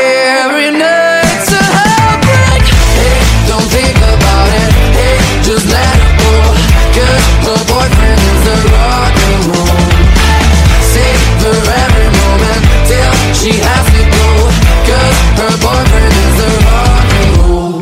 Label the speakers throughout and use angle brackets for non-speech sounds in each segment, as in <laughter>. Speaker 1: Every night's a heartbreak. Hey, don't think about it. Hey, just let it go. Cause the boyfriend is a rock and roll. Save her every moment till she has to go. Cause her boyfriend is a rock and roll.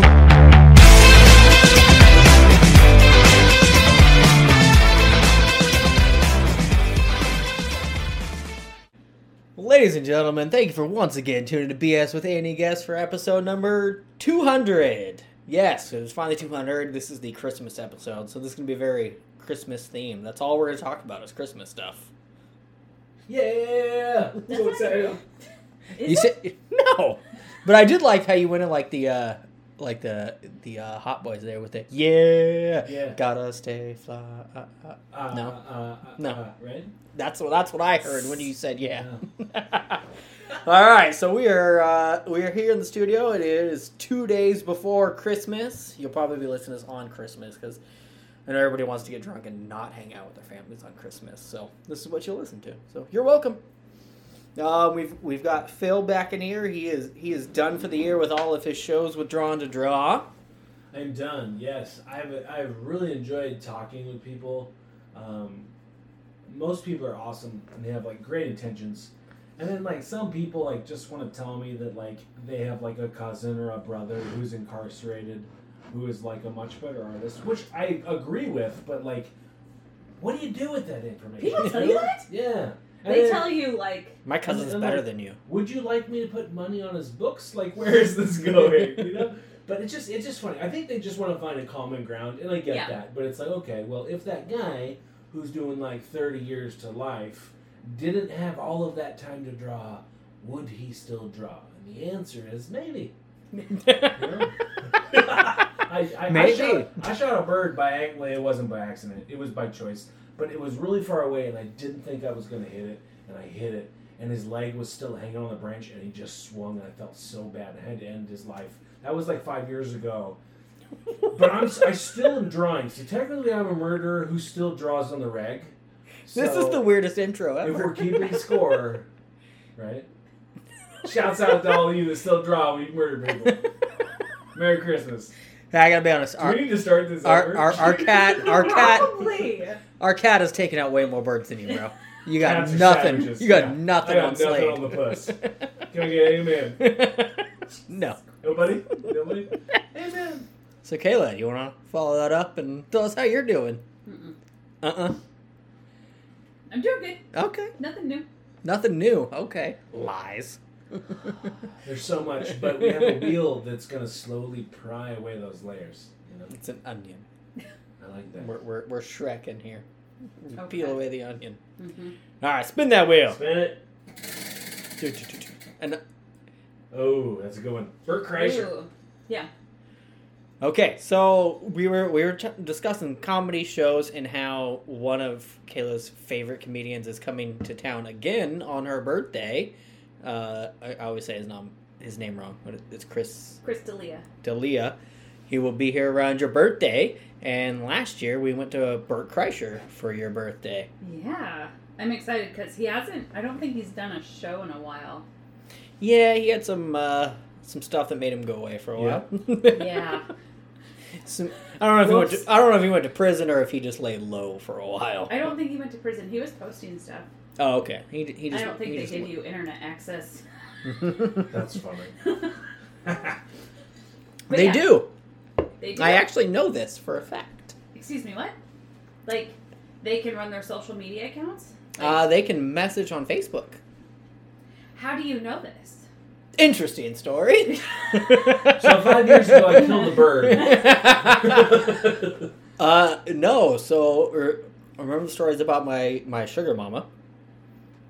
Speaker 2: Ladies and gentlemen, thank you for once again tuning to BS with Annie Guest for episode number 200. Yes, it was finally 200. This is the Christmas episode, so this is going to be a very Christmas theme. That's all we're going to talk about is Christmas stuff. Yeah!
Speaker 3: So excited.
Speaker 4: Is
Speaker 2: you
Speaker 4: it?
Speaker 2: said <laughs> no, but I did like how you went in like the uh like the the uh, hot boys there with the yeah,
Speaker 3: Yeah.
Speaker 2: gotta stay fly. Uh, uh.
Speaker 3: Uh,
Speaker 2: No.
Speaker 3: Uh, uh,
Speaker 2: No.
Speaker 3: Uh, right?
Speaker 2: That's what that's what I heard when you said yeah. <laughs> All right, so we are uh, we are here in the studio. It is two days before Christmas. You'll probably be listening to this on Christmas because I know everybody wants to get drunk and not hang out with their families on Christmas. So this is what you'll listen to. So you're welcome. Uh, we've we've got Phil back in here. He is he is done for the year with all of his shows with Drawn to Draw.
Speaker 3: I'm done. Yes, I've I've really enjoyed talking with people. Um, most people are awesome and they have like great intentions, and then like some people like just want to tell me that like they have like a cousin or a brother who's incarcerated, who is like a much better artist, which I agree with. But like, what do you do with that information? <laughs>
Speaker 4: People tell you that?
Speaker 3: Yeah. And
Speaker 4: They
Speaker 3: then-
Speaker 4: tell you like
Speaker 2: My cousin's
Speaker 3: I'm
Speaker 2: better
Speaker 3: like-
Speaker 2: than you.
Speaker 3: would you like me to put money on his books? Like, where is this going? You know. But it's just it's just funny. I think they just want to find a common ground, and I get
Speaker 4: Yeah.
Speaker 3: that. But it's like, okay, well, if that guy who's doing like thirty years to life didn't have all of that time to draw, would he still draw? And the answer is maybe. You know? <laughs> I, I,
Speaker 2: Maybe.
Speaker 3: I shot, I shot a bird by ac- well, it wasn't by accident. It was by choice, but it was really far away, and I didn't think I was gonna hit it, and I hit it, and his leg was still hanging on the branch, and he just swung, and I felt so bad. I had to end his life. That was like five years ago. But
Speaker 2: <laughs>
Speaker 3: I'm s- I still am drawing. So technically, I'm a murderer who still draws on the rag.
Speaker 2: this is
Speaker 3: So
Speaker 2: the weirdest intro
Speaker 3: if we're
Speaker 2: ever.
Speaker 3: keeping score, right? Shouts out to all of you that still draw when you murder
Speaker 2: <laughs>
Speaker 3: people. Merry Christmas.
Speaker 2: I gotta be honest.
Speaker 3: Do
Speaker 2: Our,
Speaker 3: we need to start this
Speaker 2: our,
Speaker 3: over?
Speaker 2: our, our cat
Speaker 4: <laughs>
Speaker 2: our cat
Speaker 4: probably.
Speaker 2: Our cat has taken out way more birds than you, bro. You got
Speaker 3: Cats are
Speaker 2: nothing.
Speaker 3: savages,
Speaker 2: You got
Speaker 3: yeah.
Speaker 2: nothing
Speaker 3: I got
Speaker 2: on
Speaker 3: nothing
Speaker 2: Slade.
Speaker 3: on the
Speaker 2: <laughs>
Speaker 3: puss. Can we get an amen?
Speaker 2: no.
Speaker 3: Nobody? Nobody? Amen.
Speaker 2: So Kayla, you wanna follow that up and tell us how you're doing?
Speaker 4: Mm-mm.
Speaker 2: Uh uh
Speaker 4: I'm doing good.
Speaker 2: Okay.
Speaker 4: Nothing new.
Speaker 2: Nothing new. Okay. Lies.
Speaker 3: There's so much, but we have a wheel that's going to slowly pry away those layers. You know?
Speaker 2: <laughs> It's an onion.
Speaker 3: I like that.
Speaker 2: We're we're, we're Shrek in here. We
Speaker 4: Okay.
Speaker 2: Peel away the onion.
Speaker 4: Mm-hmm.
Speaker 2: All right, spin that wheel.
Speaker 3: Spin it.
Speaker 2: Do, do, do, do. And
Speaker 3: Oh, that's a good one. Bert Kreischer.
Speaker 2: Okay, so we were we were t- discussing comedy shows and how one of Kayla's favorite comedians is coming to town again on her birthday. Uh, I, I always say his name his name wrong, but it- it's Chris
Speaker 4: Crystalia.
Speaker 2: D'Elia. He will be here around your birthday. And last year we went to Bert Kreischer for your birthday.
Speaker 4: Yeah. I'm excited because he hasn't. I don't think he's done a show in a while.
Speaker 2: Yeah, he had some uh, some stuff that made him go away for a
Speaker 3: Yeah.
Speaker 2: while.
Speaker 4: Yeah.
Speaker 2: <laughs> Some- I don't know if he went
Speaker 3: Whoops.
Speaker 2: to, I don't know if he went to prison or if he just lay low for a while.
Speaker 4: <laughs> I don't think he went to prison. He was posting stuff.
Speaker 2: Oh, okay. He, he just,
Speaker 4: I don't think
Speaker 2: he
Speaker 4: they
Speaker 2: just
Speaker 4: give you internet access. <laughs>
Speaker 3: <laughs> That's funny. That's
Speaker 4: But
Speaker 2: they
Speaker 4: yeah,
Speaker 2: do.
Speaker 4: They do.
Speaker 2: I actually know this for a fact.
Speaker 4: Excuse me. What? Like they can run their social media accounts. Like,
Speaker 2: Uh, they can message on Facebook.
Speaker 4: how do you know this?
Speaker 2: Interesting
Speaker 4: <laughs>
Speaker 2: story.
Speaker 3: So five years ago, I killed
Speaker 2: <laughs>
Speaker 3: a bird. <laughs>
Speaker 2: uh, no. So er, I remember the stories about my my sugar mama.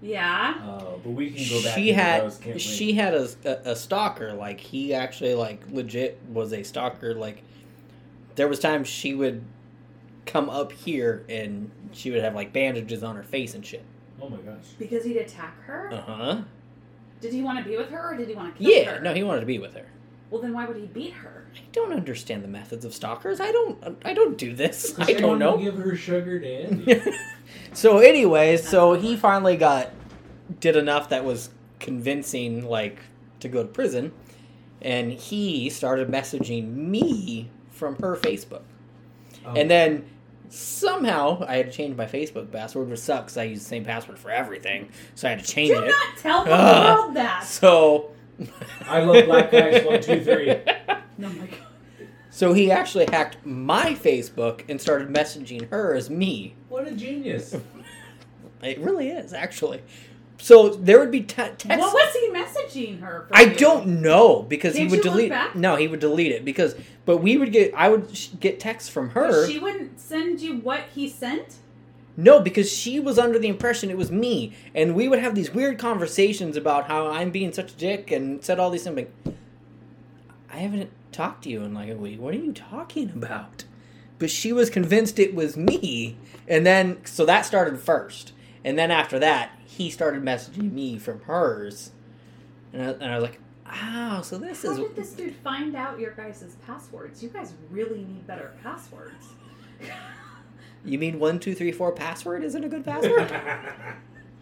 Speaker 4: Yeah.
Speaker 3: Oh, but we can go back.
Speaker 2: She
Speaker 3: into
Speaker 2: had
Speaker 3: those, can't we?
Speaker 2: she had a, a, a stalker. Like he actually like legit was a stalker. Like there was times she would come up here and she would have like bandages on her face and shit.
Speaker 3: Oh my gosh.
Speaker 4: Because he'd attack her.
Speaker 2: Uh huh.
Speaker 4: Did he want to be with her, or did he want to kill her?
Speaker 2: Yeah. No, he wanted to be with her.
Speaker 4: Well, then why would he beat her?
Speaker 2: I don't understand the methods of stalkers. I don't. I don't do this. <laughs> I don't
Speaker 3: Someone
Speaker 2: know.
Speaker 3: Give her sugar to Andy.
Speaker 2: so, anyways, so he finally got did enough that was convincing, like to go to prison, and he started messaging me from her Facebook.
Speaker 3: Oh,
Speaker 2: <laughs> And then somehow I had to change my Facebook password, which sucks. I use the same password for everything, so I had to change
Speaker 4: Do
Speaker 2: it.
Speaker 4: not tell the
Speaker 2: Ah.
Speaker 4: world that.
Speaker 2: <laughs> So
Speaker 3: I love black guys. One, two, three.
Speaker 4: No, my God.
Speaker 2: <laughs> So he actually hacked my Facebook and started messaging her as me.
Speaker 3: What a genius! <laughs>
Speaker 2: It really is actually. So there would be te- text.
Speaker 4: What was he messaging her? For
Speaker 2: I
Speaker 4: you?
Speaker 2: don't know because he
Speaker 4: Did
Speaker 2: would
Speaker 4: you look
Speaker 2: delete.
Speaker 4: back?
Speaker 2: No, he would delete it because. But we would get. I would sh- get texts from her.
Speaker 4: But she wouldn't send you what he sent.
Speaker 2: No, because she was under the impression it was me, and we would have these weird conversations about how I'm being such a dick and said all these things. Like, I haven't talked to you in like a week. What are you talking about? But she was convinced it was me, and then so that started first, and then after that he started messaging me from hers, and I, and I was like, "Oh, so this
Speaker 4: How
Speaker 2: is
Speaker 4: did this dude find out your guys' passwords? You guys really need better passwords. <laughs>
Speaker 2: you mean one two three four password isn't a good
Speaker 4: <laughs>
Speaker 2: password."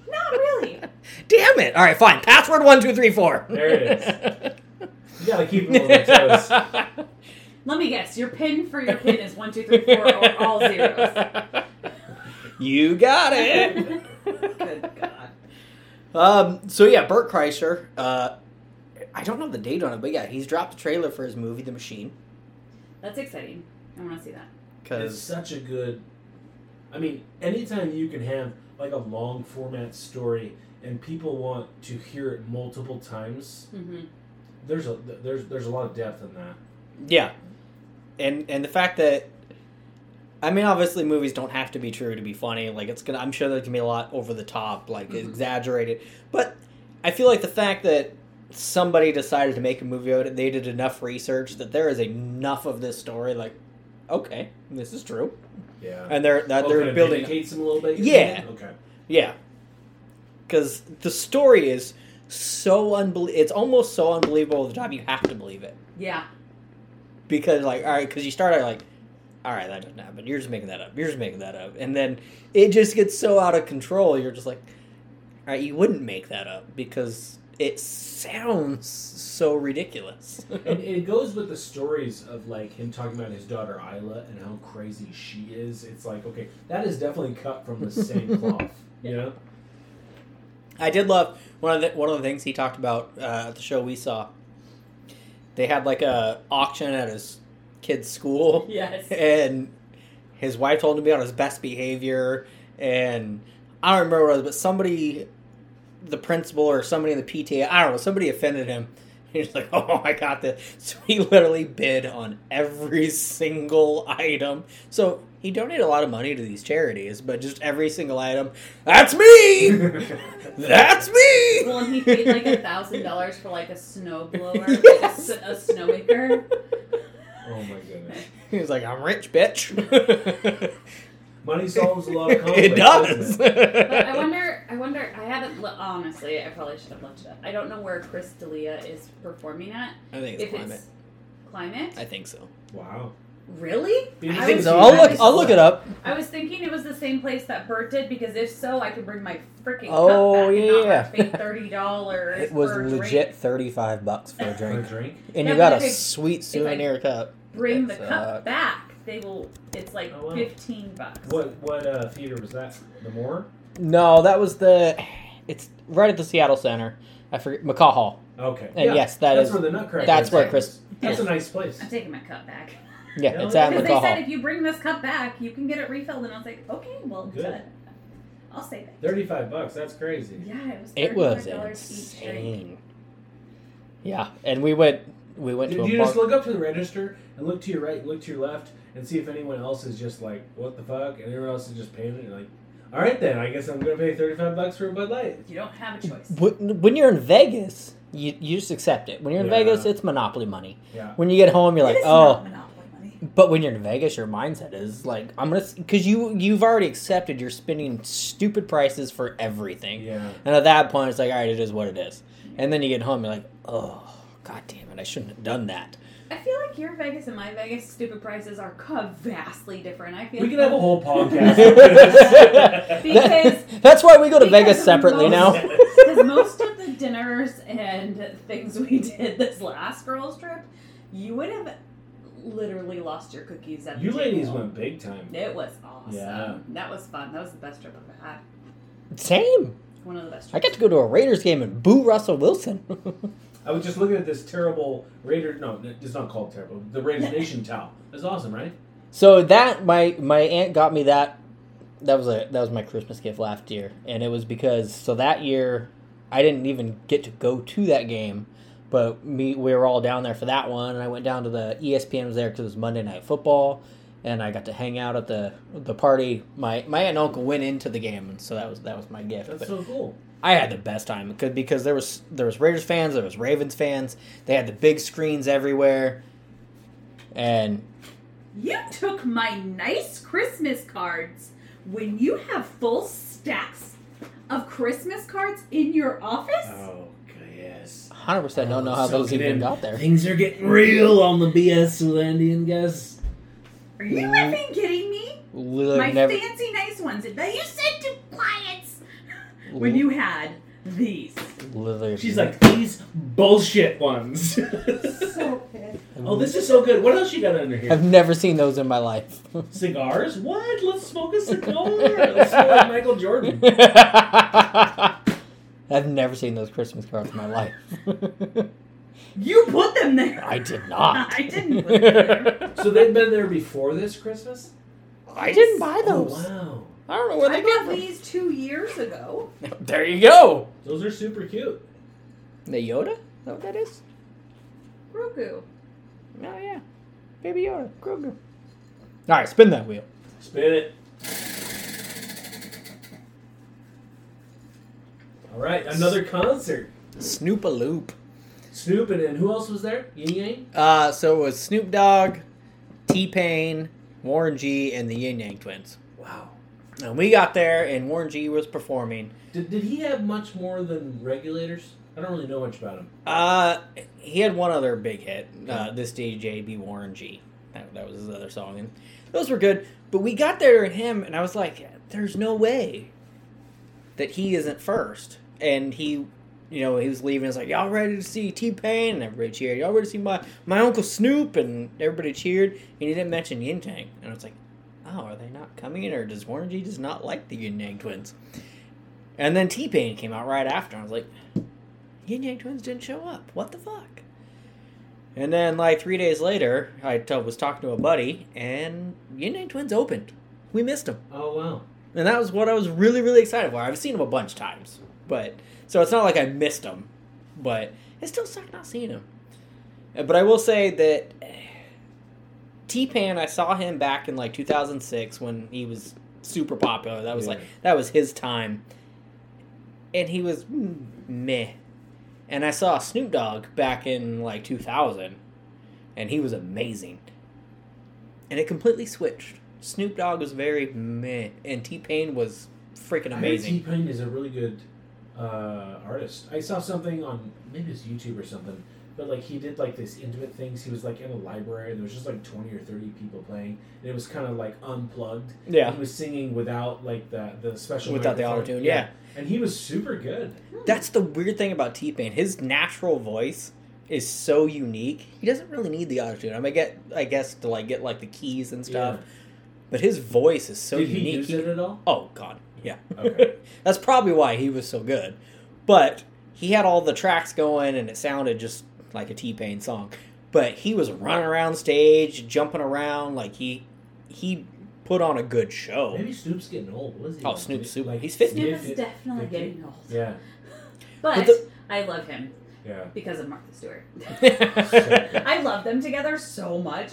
Speaker 4: Not really.
Speaker 2: <laughs> Damn it! All right, fine. Password one two three four.
Speaker 3: There
Speaker 2: <laughs>
Speaker 3: it
Speaker 2: is.
Speaker 3: you gotta keep them on their toes.
Speaker 4: Let me guess. Your pin for your pin is one, two, three, four, or all zeros.
Speaker 2: You got it.
Speaker 4: Good God.
Speaker 2: um. So yeah, Bert Kreischer. Uh, I don't know the date on it, but yeah, he's dropped a trailer for his movie The Machine.
Speaker 4: That's exciting. I want to see that.
Speaker 3: It's
Speaker 2: Because
Speaker 3: such a good. I mean, anytime you can have like a long format story and people want to hear it multiple times,
Speaker 4: Mm-hmm.
Speaker 3: there's a there's there's a lot of depth in that.
Speaker 2: yeah, and and the fact that. I mean, obviously, movies don't have to be true to be funny. Like, it's gonna. I'm sure there's gonna be a lot over the top, like
Speaker 4: Mhm.
Speaker 2: exaggerated. But I feel like the fact that somebody decided to make a movie out of it, they did enough research that there is enough of this story. Like, okay, this is true,
Speaker 3: Yeah.
Speaker 2: and they're that
Speaker 3: Oh,
Speaker 2: they're
Speaker 3: kind of
Speaker 2: building.
Speaker 3: dedicates them a little bit.
Speaker 2: Yeah.
Speaker 3: Okay.
Speaker 2: Yeah. Because the story is so unbelievable. It's almost so unbelievable over the top, you have to believe it.
Speaker 4: Yeah.
Speaker 2: Because, like, all right, because you start out like, all right, that doesn't happen. You're just making that up. You're just making that up. And then it just gets so out of control. You're just like, all right, you wouldn't make that up because it sounds so ridiculous.
Speaker 3: and it goes with the stories of like him talking about his daughter Isla and how crazy she is. It's like okay, that is definitely cut from
Speaker 2: <laughs>
Speaker 3: the same cloth. You know.
Speaker 2: I did love one of the one of the things he talked about uh, at the show we saw. They had like a auction at his kid's school,
Speaker 4: Yes.
Speaker 2: and his wife told him to be on his best behavior and i don't remember what it was but somebody the principal or somebody in the pta i don't know somebody offended him <laughs> he's like oh i got this so he literally bid on every single item so he donated a lot of money to these charities but just every single item that's
Speaker 3: <laughs>
Speaker 2: me that's me
Speaker 4: Well, and he paid like a thousand dollars for like a snow blower, like, a
Speaker 2: <laughs> Yes.
Speaker 4: s- a, snowmaker.
Speaker 3: oh my goodness,
Speaker 2: <laughs> he was like i'm rich bitch
Speaker 3: money solves a lot of conflict.
Speaker 2: <laughs> it does
Speaker 3: doesn't it?
Speaker 2: <laughs>
Speaker 4: But I wonder. I wonder. I haven't. Lo- honestly, I probably should have looked it up. I don't know where Chris D'elia is performing at.
Speaker 2: I think it's
Speaker 4: if
Speaker 2: climate
Speaker 4: it's climate,
Speaker 2: i think so
Speaker 3: Wow.
Speaker 4: really?
Speaker 2: I
Speaker 4: I
Speaker 2: think
Speaker 4: was-
Speaker 2: so. I'll
Speaker 4: I
Speaker 2: look.
Speaker 4: was-
Speaker 2: I'll look it up.
Speaker 4: I was thinking it was the same place that Bert did because if so, I could bring my freaking
Speaker 2: Oh,
Speaker 4: cup back and
Speaker 2: yeah.
Speaker 4: not have to pay thirty dollars.
Speaker 2: thirty-five bucks for a
Speaker 3: For a drink.
Speaker 2: and
Speaker 4: Yeah, but if I-
Speaker 2: sweet
Speaker 4: I-
Speaker 2: cup.
Speaker 4: Bring the
Speaker 2: That
Speaker 4: cup
Speaker 2: sucks.
Speaker 4: back. They will. It's like
Speaker 3: Oh, wow.
Speaker 4: fifteen bucks.
Speaker 3: What what uh, theater was that? The Moore.
Speaker 2: No, that was the. It's right at the Seattle Center. I forget McCall Hall.
Speaker 3: Okay.
Speaker 2: And
Speaker 3: yeah,
Speaker 2: yes, that
Speaker 3: that's
Speaker 2: is-
Speaker 3: where the Nutcracker.
Speaker 2: that's
Speaker 3: is.
Speaker 2: where Chris-
Speaker 3: That's a nice place.
Speaker 4: I'm taking my cup back.
Speaker 2: Yeah,
Speaker 3: No,
Speaker 2: it's at
Speaker 4: Because they
Speaker 2: McCall
Speaker 4: said
Speaker 2: Hall.
Speaker 4: if you bring this cup back, you can get it refilled, and I was like, okay, well,
Speaker 3: Good.
Speaker 4: good. I'll save it.
Speaker 3: Thirty-five bucks. That's crazy.
Speaker 4: Yeah, it was.
Speaker 2: It was
Speaker 4: $35 each drink.
Speaker 2: insane. Yeah, and we went. We went
Speaker 3: Did
Speaker 2: to
Speaker 3: you
Speaker 2: a
Speaker 3: just
Speaker 2: bar.
Speaker 3: look up to the register and look to your right, look to your left, and see if anyone else is just like, "What the fuck?" and everyone else is just paying it. And like, all right then, I guess I'm gonna pay thirty-five bucks for a Bud Light.
Speaker 4: You don't have a choice.
Speaker 2: When, when you're in Vegas, you you just accept it. When you're in
Speaker 3: Yeah.
Speaker 2: Vegas, it's monopoly money.
Speaker 3: Yeah,
Speaker 2: When you get home, you're like,
Speaker 4: It is
Speaker 2: oh,
Speaker 4: not Monopoly money.
Speaker 2: But when you're in Vegas, your mindset is like, I'm gonna, because you you've already accepted you're spending stupid prices for everything,
Speaker 3: yeah.
Speaker 2: and at that point, it's like, all right, it is what it is. And then you get home, you're like, oh, god damn it, I shouldn't have done that. <laughs>
Speaker 4: I feel like your Vegas and my Vegas stupid prices are co- vastly different. I feel
Speaker 3: We can have a whole podcast.
Speaker 4: Because-
Speaker 3: <laughs>
Speaker 2: <laughs> That's why we go to
Speaker 4: Because
Speaker 2: Vegas separately
Speaker 4: most-
Speaker 2: now.
Speaker 4: because most of the dinners and things we did this last girls trip, you would have literally lost your cookies at
Speaker 3: You
Speaker 4: the
Speaker 3: ladies
Speaker 4: table.
Speaker 3: went big time.
Speaker 4: It was awesome.
Speaker 3: Yeah.
Speaker 4: That was fun. That was the best trip I've had.
Speaker 2: Same.
Speaker 4: One of the best
Speaker 2: I
Speaker 4: trips.
Speaker 2: got to go to a Raiders game and boo Russell Wilson. <laughs>
Speaker 3: I was just looking at this terrible Raider. No, it's not called terrible. The Raiders Nation towel. That's awesome, right?
Speaker 2: so that my my aunt got me that. That was a that was my Christmas gift last year, and it was because so that year I didn't even get to go to that game, but me we were all down there for that one, and I went down to the E ESPN was there because it was Monday night football, and I got to hang out at the the party. My my aunt and uncle went into the game, and so that was that was my gift.
Speaker 3: That's
Speaker 2: But-
Speaker 3: so cool.
Speaker 2: I had the best time because because there was there was Raiders fans, there was Ravens fans. They had the big screens everywhere, and
Speaker 4: You took my nice Christmas cards when you have full stacks of Christmas cards in your office?
Speaker 3: Oh yes.
Speaker 2: 100 percent don't know how
Speaker 3: Soak
Speaker 2: those
Speaker 3: it
Speaker 2: even
Speaker 3: in.
Speaker 2: got there.
Speaker 3: Things are getting real on the BS with Andy and Gus.
Speaker 4: Are you effing kidding me?
Speaker 2: <laughs> Literally
Speaker 4: My
Speaker 2: Mm-hmm. never.
Speaker 4: fancy nice ones that you sent to clients
Speaker 2: Mm-hmm.
Speaker 4: when you had
Speaker 2: <laughs>
Speaker 4: these.
Speaker 2: literally,
Speaker 3: She's like these bullshit ones. <laughs> oh, this is so good. What else you got under here?
Speaker 2: I've never seen those in my life. <laughs>
Speaker 3: Cigars? What? Let's smoke a cigar. Let's smoke like Michael Jordan.
Speaker 2: <laughs> I've never seen those Christmas cards in my life. <laughs>
Speaker 4: You put them there.
Speaker 2: I did not.
Speaker 4: <laughs> I didn't put them there.
Speaker 2: <laughs>
Speaker 3: So they've been there before this Christmas.
Speaker 2: I didn't buy
Speaker 3: Oh
Speaker 2: those.
Speaker 3: wow,
Speaker 2: I don't know where
Speaker 4: I
Speaker 2: they
Speaker 4: got
Speaker 2: got
Speaker 4: these two years ago.
Speaker 2: from. <laughs> There you go.
Speaker 3: those are super cute.
Speaker 2: The Yoda? Is that what that is? Oh
Speaker 4: Roku.
Speaker 2: yeah, Baby Yoda, Grogu. All right, spin that wheel.
Speaker 3: Spin it. All right, another concert.
Speaker 2: Snoop a loop.
Speaker 3: Snoop and, and who else was there? Yin Yang.
Speaker 2: Uh, so it was Snoop Dogg, T Pain, Warren G, and the Yin Yang Twins.
Speaker 3: Wow.
Speaker 2: And we got there, and Warren G was performing.
Speaker 3: Did, did he have much more than regulators? I don't really know much about him.
Speaker 2: Uh, he had one other big hit. Uh, this DJ be Warren G. That, that was his other song, and those were good. But we got there and him, and I was like, "There's no way that he isn't first. And he, you know, he was leaving. It's like, "Y'all ready to see T Pain?" And everybody cheered. "Y'all ready to see my my uncle Snoop?" And everybody cheered. And he didn't mention Yin Yang, and I was like, "Oh, are they not coming? Or does Warren G just not like the Yin Yang Twins?" And then T Pain came out right after. and I was like. Yin Yang Twins didn't show up. What the fuck? And then, like three days later, I t- was talking to a buddy, and Yin Yang Twins opened. We missed them,
Speaker 3: Oh wow.
Speaker 2: and that was what I was really, really excited for. I've seen them a bunch of times, but so it's not like I missed them, but it still sucked not seeing them. But I will say that <sighs> T Pan, I saw him back in like 2006 when he was super popular. That was
Speaker 3: Yeah.
Speaker 2: like that was his time, and he was mm, meh. And I saw Snoop Dogg back in like 2000, and he was amazing. And it completely switched. Snoop Dogg was very meh, and T Pain was freaking
Speaker 3: T
Speaker 2: amazing.
Speaker 3: Pain is a really good uh, artist. I saw something on maybe it's YouTube or something, but like he did like this intimate things. He was like in a library and there was just like twenty or thirty people playing, and it was kind of like unplugged.
Speaker 2: Yeah.
Speaker 3: he was singing without like the the special
Speaker 2: Without the
Speaker 3: microphone.
Speaker 2: auto-tune, yeah.
Speaker 3: and he was super good.
Speaker 2: That's the weird thing about T Pain. His natural voice is so unique. He doesn't really need the autotune. I mean, I get, I guess, to like get like the keys and stuff. But his voice is so
Speaker 3: Did
Speaker 2: unique.
Speaker 3: he use
Speaker 2: He-
Speaker 3: it at all?
Speaker 2: Oh God, yeah. <laughs>
Speaker 3: Okay.
Speaker 2: That's probably why he was so good. But he had all the tracks going, and it sounded just like a T Pain song. But he was running around stage, jumping around like he he put on a good show.
Speaker 3: Maybe Snoop's getting old. What is he?
Speaker 2: Oh,
Speaker 3: like,
Speaker 2: Snoop, Snoop.
Speaker 3: Like
Speaker 2: He's
Speaker 3: <laughs>
Speaker 2: 50.
Speaker 4: Snoop is
Speaker 3: mid-
Speaker 4: definitely
Speaker 3: fifty?
Speaker 4: getting old.
Speaker 3: Yeah,
Speaker 4: But,
Speaker 2: But the-
Speaker 4: I love him
Speaker 3: yeah.
Speaker 4: because of Martha Stewart.
Speaker 2: <laughs>
Speaker 3: So-
Speaker 4: <laughs> I love them together so much.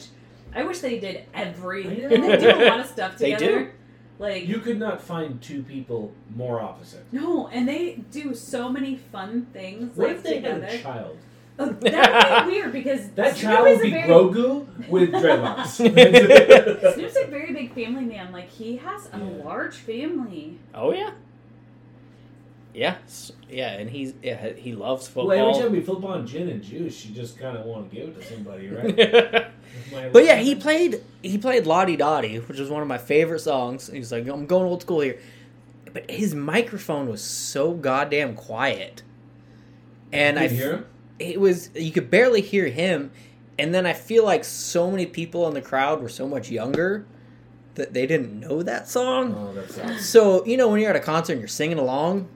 Speaker 4: I wish they did every.
Speaker 3: I know.
Speaker 4: And they do a
Speaker 2: <laughs>
Speaker 4: lot of stuff
Speaker 2: They
Speaker 4: together.
Speaker 2: do.
Speaker 4: Like
Speaker 3: You could not find two people more opposite.
Speaker 4: no, and they do so many fun things.
Speaker 3: What
Speaker 4: like,
Speaker 3: if they had
Speaker 4: together.
Speaker 3: a child?
Speaker 4: Oh, that would be weird
Speaker 2: <laughs>
Speaker 4: because
Speaker 3: That
Speaker 4: Snoop
Speaker 3: child
Speaker 4: is
Speaker 3: would
Speaker 4: a
Speaker 3: be
Speaker 4: very,
Speaker 3: Grogu <laughs> with dreadlocks.
Speaker 4: Snoop's a very big family man. Like he has a
Speaker 3: Yeah.
Speaker 4: large family.
Speaker 2: <laughs> oh yeah, yeah, s- yeah. And he's yeah, he loves football.
Speaker 3: well, every time we flip on gin and juice, you just kind of want to give it to
Speaker 2: <laughs>
Speaker 3: somebody, right? My-
Speaker 2: But yeah, he played he played Lottie Dottie, which is one of my favorite songs. He's like, I'm going old school here. But his microphone was so goddamn quiet. and I
Speaker 3: you hear
Speaker 2: <laughs>
Speaker 3: him?
Speaker 2: it was you could barely hear him and then i feel like so many people in the crowd were so much younger that they didn't know that song
Speaker 3: Oh, that sucks.
Speaker 2: so you know when you're at a concert and you're singing along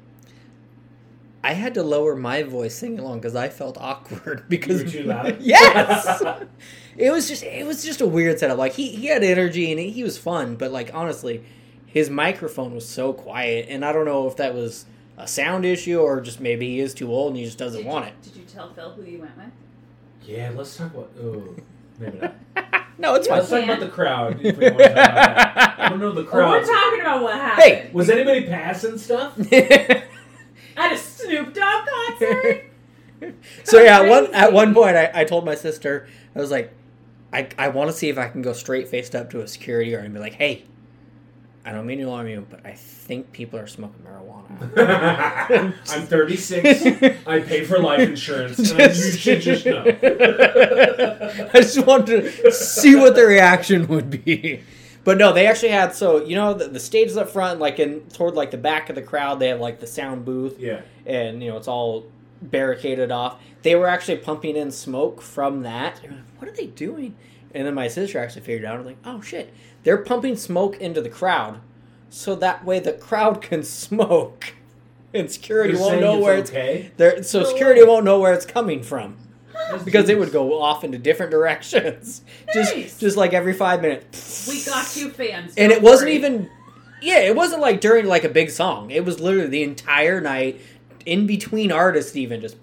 Speaker 2: i had to lower my voice singing along because i felt awkward <laughs> because
Speaker 3: were too loud?
Speaker 2: yes it was just it was just a weird setup like he, he had energy and he, he was fun but like honestly his microphone was so quiet and i don't know if that was a sound issue or just maybe he is too old and he just doesn't
Speaker 4: did
Speaker 2: want
Speaker 4: you,
Speaker 2: it
Speaker 4: Did you tell Phil who you went with?
Speaker 3: Yeah, let's talk about. Oh,
Speaker 2: <laughs>
Speaker 3: maybe not.
Speaker 2: no it's
Speaker 4: Yeah,
Speaker 2: fine
Speaker 3: Let's talk
Speaker 4: can.
Speaker 3: about the crowd. If we want to talk about that. I don't know
Speaker 2: <laughs>
Speaker 3: the
Speaker 4: Oh,
Speaker 3: crowd.
Speaker 4: we're talking about what happened.
Speaker 2: Hey!
Speaker 3: Was anybody
Speaker 2: <laughs>
Speaker 3: passing stuff? <laughs>
Speaker 4: At a Snoop Dogg concert?
Speaker 2: <laughs> so yeah, at one at one point, I, I told my sister, I was like, I, I want to see if I can go straight faced up to a security guard and be like, hey, I don't mean to alarm you, but I think people are smoking
Speaker 3: <laughs>
Speaker 2: marijuana.
Speaker 3: I'm 36. I pay for life insurance. And I- you should just know.
Speaker 2: <laughs> I just wanted to see what their reaction would be. But no, they actually had so you know the, the stage is up front, like in toward like the back of the crowd, they have like the sound booth.
Speaker 3: yeah.
Speaker 2: and you know it's all barricaded off. They were actually pumping in smoke from that. They were like, what are they doing? And then my sister actually figured it out. I'm like, oh shit, they're pumping smoke into the crowd, so that way the crowd <laughs> can smoke, and security
Speaker 3: You're
Speaker 2: won't
Speaker 3: saying
Speaker 2: know
Speaker 3: it's
Speaker 2: where
Speaker 3: okay?
Speaker 2: it's there. So
Speaker 3: No
Speaker 2: security
Speaker 3: way.
Speaker 2: won't know where it's coming from <laughs> because it would go off into different <laughs> directions.
Speaker 4: Nice.
Speaker 2: Just just like every five minutes
Speaker 4: We got you fans.
Speaker 2: and
Speaker 4: don't
Speaker 2: it wasn't
Speaker 4: worry.
Speaker 2: even yeah it wasn't like during like a big song it was literally the entire night in between artists even just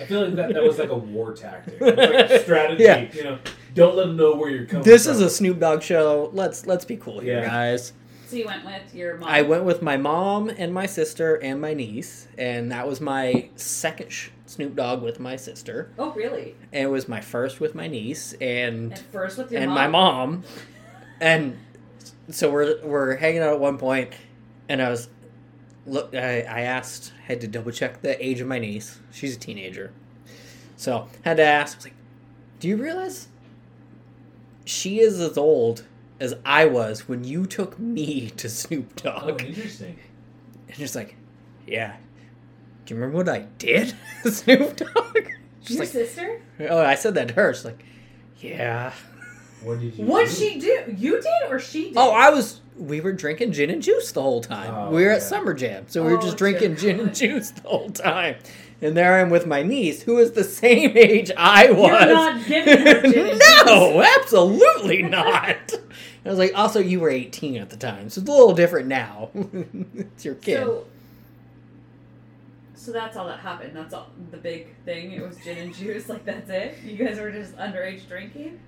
Speaker 3: I feel like that, that was like a
Speaker 2: <laughs>
Speaker 3: war tactic, It was like a strategy.
Speaker 2: Yeah.
Speaker 3: You know, don't let them know where you're coming.
Speaker 2: this
Speaker 3: from.
Speaker 2: is a snoop dogg show let's let's be cool here
Speaker 3: Yeah.
Speaker 2: guys
Speaker 4: So you went with your mom.
Speaker 2: i went with my mom and my sister and my niece and that was my second sh- snoop dogg with my sister
Speaker 4: Oh, really?
Speaker 2: and it was my first with my niece and
Speaker 4: At first with your
Speaker 2: and
Speaker 4: mom.
Speaker 2: my mom, and so we're we're hanging out at one point, and I was look. I, I asked, had to double check the age of my niece. She's a teenager, so had to ask. I was like, "Do you realize she is as old as I was when you took me to Snoop Dogg?"
Speaker 3: Oh, interesting.
Speaker 2: And she's like, "Yeah." Do you remember what I did, <laughs> Snoop Dogg? She's
Speaker 4: Your
Speaker 2: like,
Speaker 4: sister?
Speaker 2: "Oh, I said that to her." She's like, "Yeah."
Speaker 3: What did you?
Speaker 4: What'd
Speaker 3: do?
Speaker 4: she do? You did or she did?
Speaker 2: Oh, I was. We were drinking gin and juice the whole time.
Speaker 3: Oh,
Speaker 2: we were at
Speaker 3: yeah.
Speaker 2: Summer Jam, so we were
Speaker 4: Oh,
Speaker 2: just drinking
Speaker 4: dear
Speaker 2: gin and
Speaker 4: God.
Speaker 2: juice the whole time. And there I am with my niece, who is the same age I was. <laughs>
Speaker 4: not giving her gin and
Speaker 2: no, absolutely not. <laughs> I was like, also, you were 18 at the time, so it's a little different now. <laughs> it's your kid.
Speaker 4: So, oh, so that's all that happened. That's all the big thing. It was gin and juice. Like that's it. You guys were just underage drinking.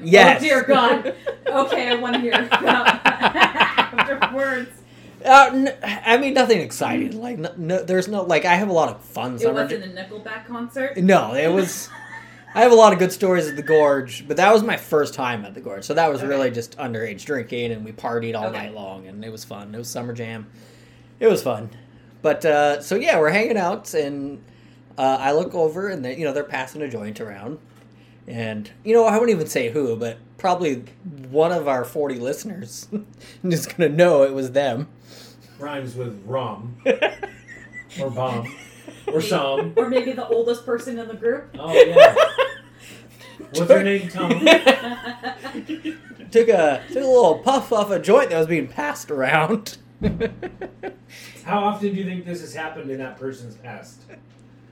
Speaker 2: yes.
Speaker 4: Oh dear
Speaker 2: <laughs>
Speaker 4: God. okay, I want to hear about <laughs> afterwards.
Speaker 2: Uh, n- I mean, nothing exciting. Like, no, no, there's no like. I have a lot of fun.
Speaker 4: It
Speaker 2: summer
Speaker 4: wasn't a Nickelback concert.
Speaker 2: No, it was. I have a lot of good stories at the gorge, but that was my first time at the gorge, so that was
Speaker 4: Okay.
Speaker 2: really just underage drinking, and we partied all
Speaker 4: Okay.
Speaker 2: night long, and it was fun. It was summer jam, it was fun. But uh, so yeah, we're hanging out, and uh, I look over, and they, you know they're passing a joint around, and you know I wouldn't even say who, but probably one of our forty listeners <laughs> is gonna know it was them.
Speaker 3: rhymes with rum
Speaker 2: <laughs>
Speaker 3: or bomb or
Speaker 4: <laughs>
Speaker 3: some?
Speaker 4: Or maybe the oldest person in the group. <laughs>
Speaker 3: Oh yeah. What's her name?
Speaker 2: <laughs>
Speaker 3: Tom.
Speaker 2: took a took a little puff off a joint that was being passed around. <laughs>
Speaker 3: How often do you think this has happened in that person's past?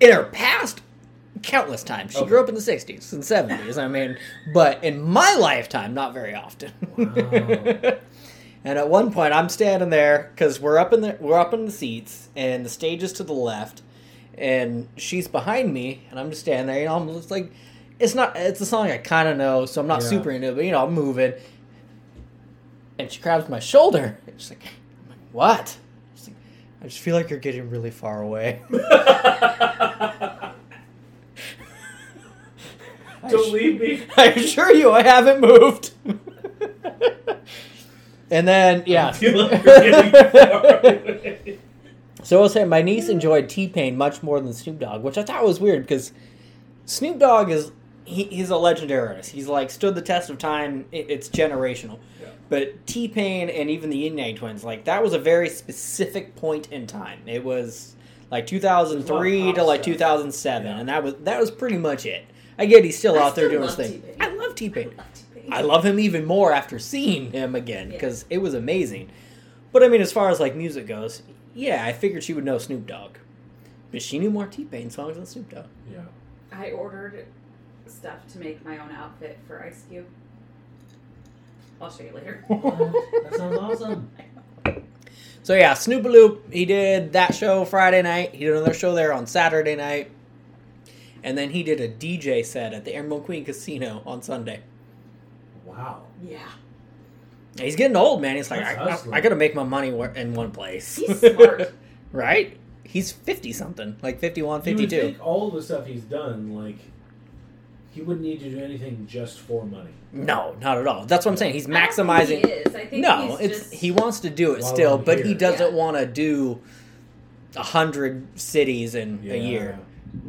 Speaker 2: in her past countless times. She
Speaker 3: Okay.
Speaker 2: grew up in the 60s and 70s, I mean, but in my lifetime, not very often.
Speaker 3: Wow.
Speaker 2: <laughs> and at one point, I'm standing there because we're up in the we're up in the seats, and the stage is to the left, and she's behind me, and I'm just standing there. You know, I'm just like, it's not. It's a song I kind of know, so I'm not
Speaker 3: Yeah.
Speaker 2: super into it, but you know, I'm moving. And she grabs my shoulder. She's like, I'm like "What?" She's like, "I just feel like you're getting really far away."
Speaker 3: Don't
Speaker 2: <laughs>
Speaker 3: leave me.
Speaker 2: I assure you, I haven't moved. <laughs> and then,
Speaker 3: I
Speaker 2: yeah.
Speaker 3: feel like you're getting far away.
Speaker 2: <laughs> So I'll say my niece enjoyed T Pain much more than Snoop Dogg, which I thought was weird because Snoop Dogg is he, he's a legendary artist. He's like stood the test of time. It, it's generational.
Speaker 3: Yeah.
Speaker 2: But T Pain and even the Yin Yang Twins, like that was a very specific point in time. It was like 2003
Speaker 3: Well,
Speaker 2: to like
Speaker 3: awesome.
Speaker 2: 2007,
Speaker 3: Yeah.
Speaker 2: and that was that was pretty much it. I get he's still
Speaker 4: I
Speaker 2: out there
Speaker 4: still
Speaker 2: doing his
Speaker 4: love
Speaker 2: thing.
Speaker 4: T-Pain.
Speaker 2: I love T Pain.
Speaker 4: love T-Pain.
Speaker 2: <laughs> I love him even more after seeing him again
Speaker 4: Yeah.
Speaker 2: because it was amazing. But I mean, as far as like music goes, yeah, I figured she would know Snoop Dogg, but she knew more T Pain songs than Snoop
Speaker 4: <laughs>
Speaker 2: Dogg.
Speaker 3: Yeah.
Speaker 4: I ordered stuff to make my own outfit for Ice Cube. I'll show you
Speaker 2: <laughs>
Speaker 4: later.
Speaker 3: that sounds awesome.
Speaker 2: So yeah, Snoop Loop, he did that show Friday night. He did another show there on Saturday night. And then he did a DJ set at the Emerald Queen Casino on Sunday.
Speaker 3: Wow.
Speaker 4: Yeah.
Speaker 2: And He's getting old, man. He's like,
Speaker 3: That's
Speaker 2: I, I,
Speaker 3: hustling.
Speaker 2: I gotta make my money wor- in one place.
Speaker 4: He's
Speaker 2: <laughs>
Speaker 4: smart.
Speaker 2: right? He's 50 something, like 51,
Speaker 3: You would
Speaker 2: 52.
Speaker 3: think all the stuff he's done, like, he wouldn't need to do anything just for money.
Speaker 2: No, not at all. That's what I'm saying. He's
Speaker 4: I don't think
Speaker 2: maximizing.
Speaker 4: He is. I think
Speaker 2: No,
Speaker 4: he's
Speaker 2: it's
Speaker 4: just,
Speaker 2: he wants to do it
Speaker 3: While
Speaker 2: still,
Speaker 3: I'm
Speaker 2: but he
Speaker 3: here.
Speaker 2: doesn't
Speaker 4: Yeah.
Speaker 2: want to do a hundred cities in a year.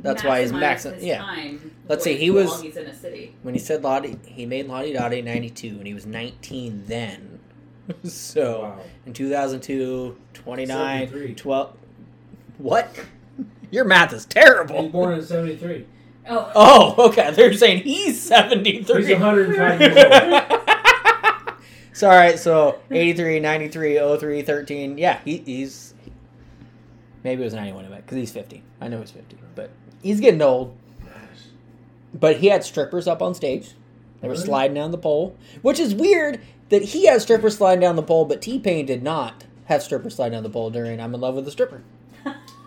Speaker 2: That's why he's
Speaker 4: maximized
Speaker 2: maxi-
Speaker 4: his
Speaker 2: yeah.
Speaker 4: Time
Speaker 2: Let's see,
Speaker 4: with-
Speaker 2: he was-
Speaker 4: while he's in a city.
Speaker 2: when he said Lottie, he made Lottie Dottie in 92, and he was 19 then. <laughs> so,
Speaker 3: Oh, Wow.
Speaker 2: in 2002, 29,
Speaker 3: 73.
Speaker 2: 12. What? <laughs> Your math is
Speaker 3: He was
Speaker 2: terrible.
Speaker 3: born in 73.
Speaker 4: Oh,
Speaker 2: Oh, okay. They're saying he's 73. <laughs>
Speaker 3: He's 105 years old.
Speaker 2: so, all right, so 83, 93, 03, 13. Yeah, he, he's. Maybe it was 91 of it, because he's 50. I know he's 50, but he's getting old.
Speaker 3: Gosh.
Speaker 2: But he had strippers up on stage. They were
Speaker 3: Really?
Speaker 2: sliding down the pole, which is weird that he had strippers sliding down the pole, but T Pain did not have strippers sliding down the pole during "I'm in Love with a Stripper,"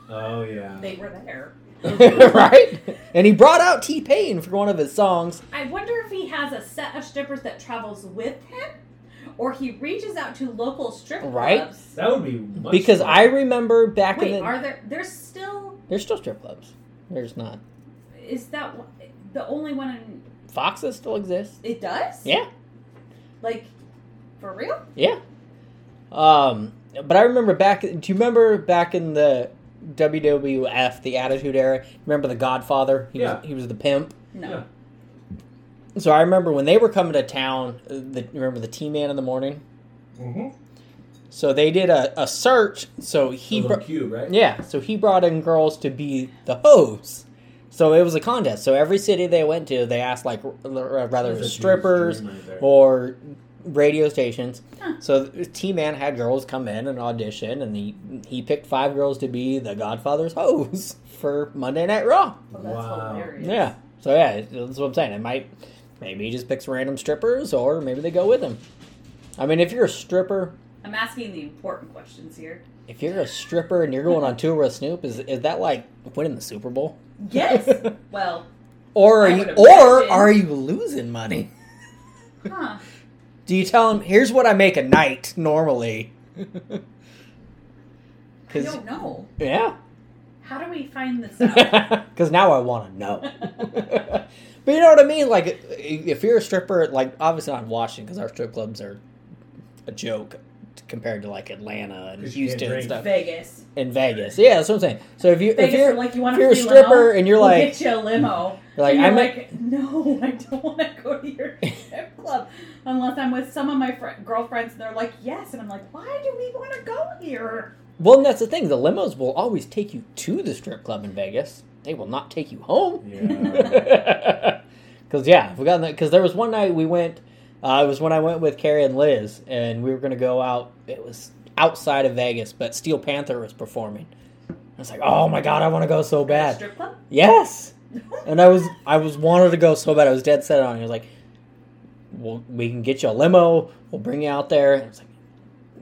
Speaker 3: Oh, yeah.
Speaker 4: they were there.
Speaker 2: <laughs> right? And he brought out T Pain for one of his songs.
Speaker 4: I wonder if he has a set of strippers that travels with him, or he reaches out to local strip
Speaker 2: Right?
Speaker 4: clubs.
Speaker 3: That would be much
Speaker 2: Because
Speaker 3: better.
Speaker 2: I remember back in the
Speaker 4: Wait, are there? There's still.
Speaker 2: there's still strip clubs. There's not.
Speaker 4: Is that one- the only one? In,
Speaker 2: Foxes still exist.
Speaker 4: it does.
Speaker 2: Yeah,
Speaker 4: Like, for real?
Speaker 2: yeah. Um, but I remember back. Do you remember back in the WWF, the Attitude Era? Remember the Godfather? He
Speaker 3: Yeah.
Speaker 2: was, he was the pimp.
Speaker 4: No.
Speaker 3: Yeah.
Speaker 2: So I remember when they were coming to town. uh, The, remember the T Man in the morning.
Speaker 3: Mm-hmm.
Speaker 2: So they did a, a search. So he
Speaker 3: He
Speaker 2: br-
Speaker 3: cube, right?
Speaker 2: yeah. So he brought in girls to be the hoes. So it was a contest. So every city they went to, they asked like r- r- rather it
Speaker 3: That's a
Speaker 2: was
Speaker 3: huge
Speaker 2: strippers
Speaker 3: dream right there.
Speaker 2: or radio stations.
Speaker 4: Huh.
Speaker 2: So T Man had girls come in and audition, and he he picked five girls to be the Godfather's hoes for Monday Night Raw.
Speaker 4: Well, that's
Speaker 3: Wow.
Speaker 4: hilarious.
Speaker 2: Yeah. So yeah, it- that's what I'm saying. It might maybe he just picks random strippers, or maybe they go with him. I mean, if you're a stripper,
Speaker 4: I'm asking the important questions here.
Speaker 2: if you're a stripper and you're going on tour with Snoop, is is that like winning the Super Bowl, <laughs>
Speaker 4: Yes. well,
Speaker 2: or are
Speaker 4: I
Speaker 2: you,
Speaker 4: would
Speaker 2: or
Speaker 4: imagine.
Speaker 2: are you losing money?
Speaker 4: huh?
Speaker 2: Do you tell him here's what I make a night normally? <laughs>
Speaker 4: I
Speaker 2: Because
Speaker 4: don't know.
Speaker 2: yeah,
Speaker 4: How do we find
Speaker 2: <laughs>
Speaker 4: this out?
Speaker 2: because now I want to know. but you know what I mean? Like, if you're a stripper, like, obviously not in Washington because our strip clubs are a joke compared to like Atlanta and
Speaker 3: 'Cause you can't
Speaker 2: Houston and
Speaker 3: drink.
Speaker 2: stuff.
Speaker 4: Vegas.
Speaker 2: In Vegas, yeah, that's what I'm saying. So if you if
Speaker 4: Vegas,
Speaker 2: you're
Speaker 4: are like you want
Speaker 2: if you're a
Speaker 4: free
Speaker 2: stripper
Speaker 4: limo?
Speaker 2: and you're
Speaker 4: We'll
Speaker 2: like-
Speaker 4: get you a limo.
Speaker 2: You're <laughs> like,
Speaker 4: And
Speaker 2: I'm a-
Speaker 4: like, no, <laughs> I don't want to go to
Speaker 2: <laughs>
Speaker 4: your strip club unless I'm with some of my fr- girlfriends. And they're like, yes, and I'm like, why do we want to go here?
Speaker 2: well, and that's the thing. The limos will always take you to the strip club in Vegas. They will not take you home.
Speaker 3: Yeah.
Speaker 2: <laughs> Because yeah, we got because there was one night we went. Uh, it was when I went with Carrie and Liz, and we were gonna go out. It was outside of Vegas, but Steel Panther was performing. I was like, oh my god, I want to go so
Speaker 4: The
Speaker 2: bad.
Speaker 4: strip club?
Speaker 2: Yes, and I was I was wanted to go so bad. I was dead set on. it. He was like, well, we can get you a limo. We'll bring you out there. And I was like,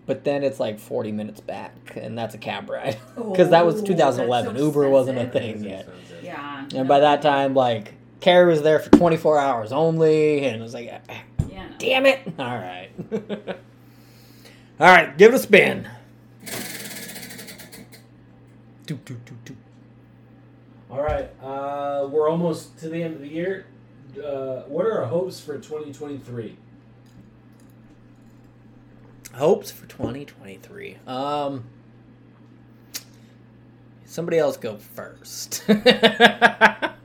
Speaker 2: but then it's like forty minutes back, and that's a cab ride <laughs> because that was
Speaker 4: Oh,
Speaker 2: 2011.
Speaker 4: that's so
Speaker 2: Uber wasn't a
Speaker 4: expensive.
Speaker 2: thing yet.
Speaker 4: Yeah.
Speaker 2: And by that time, like Carrie was there for 24 hours only, and it was like, "Ah,
Speaker 4: yeah, no.
Speaker 2: damn it! <laughs> All right, all right, give it a spin. Doop, doop, doop, doop.
Speaker 3: All right. Uh, we're almost to the end of the year. Uh, what are our hopes for 2023?
Speaker 2: Hopes for 2023. Um, somebody else go first. okay,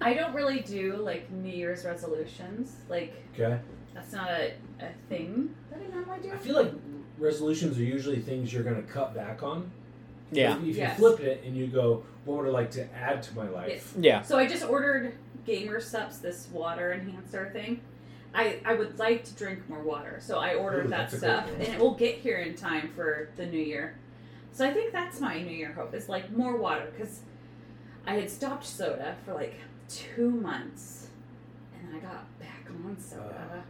Speaker 4: I don't really do like New Year's resolutions. Like
Speaker 3: Okay.
Speaker 4: that's not a, a thing that I normally do.
Speaker 3: I feel like resolutions are usually things you're going to cut back on.
Speaker 2: <laughs> Yeah.
Speaker 3: If you
Speaker 4: Yes.
Speaker 3: flip it and you go, what would I like to add to my life?
Speaker 4: Yes.
Speaker 2: Yeah.
Speaker 4: So I just ordered Gamer Sups, this water enhancer thing. I, I would like to drink more water, so I ordered
Speaker 3: Ooh,
Speaker 4: that
Speaker 3: that's a
Speaker 4: stuff,
Speaker 3: good one.
Speaker 4: and it will get here in time for the new year. So I think that's my new year hope is like more water because I had stopped soda for like two months, and I got back on soda,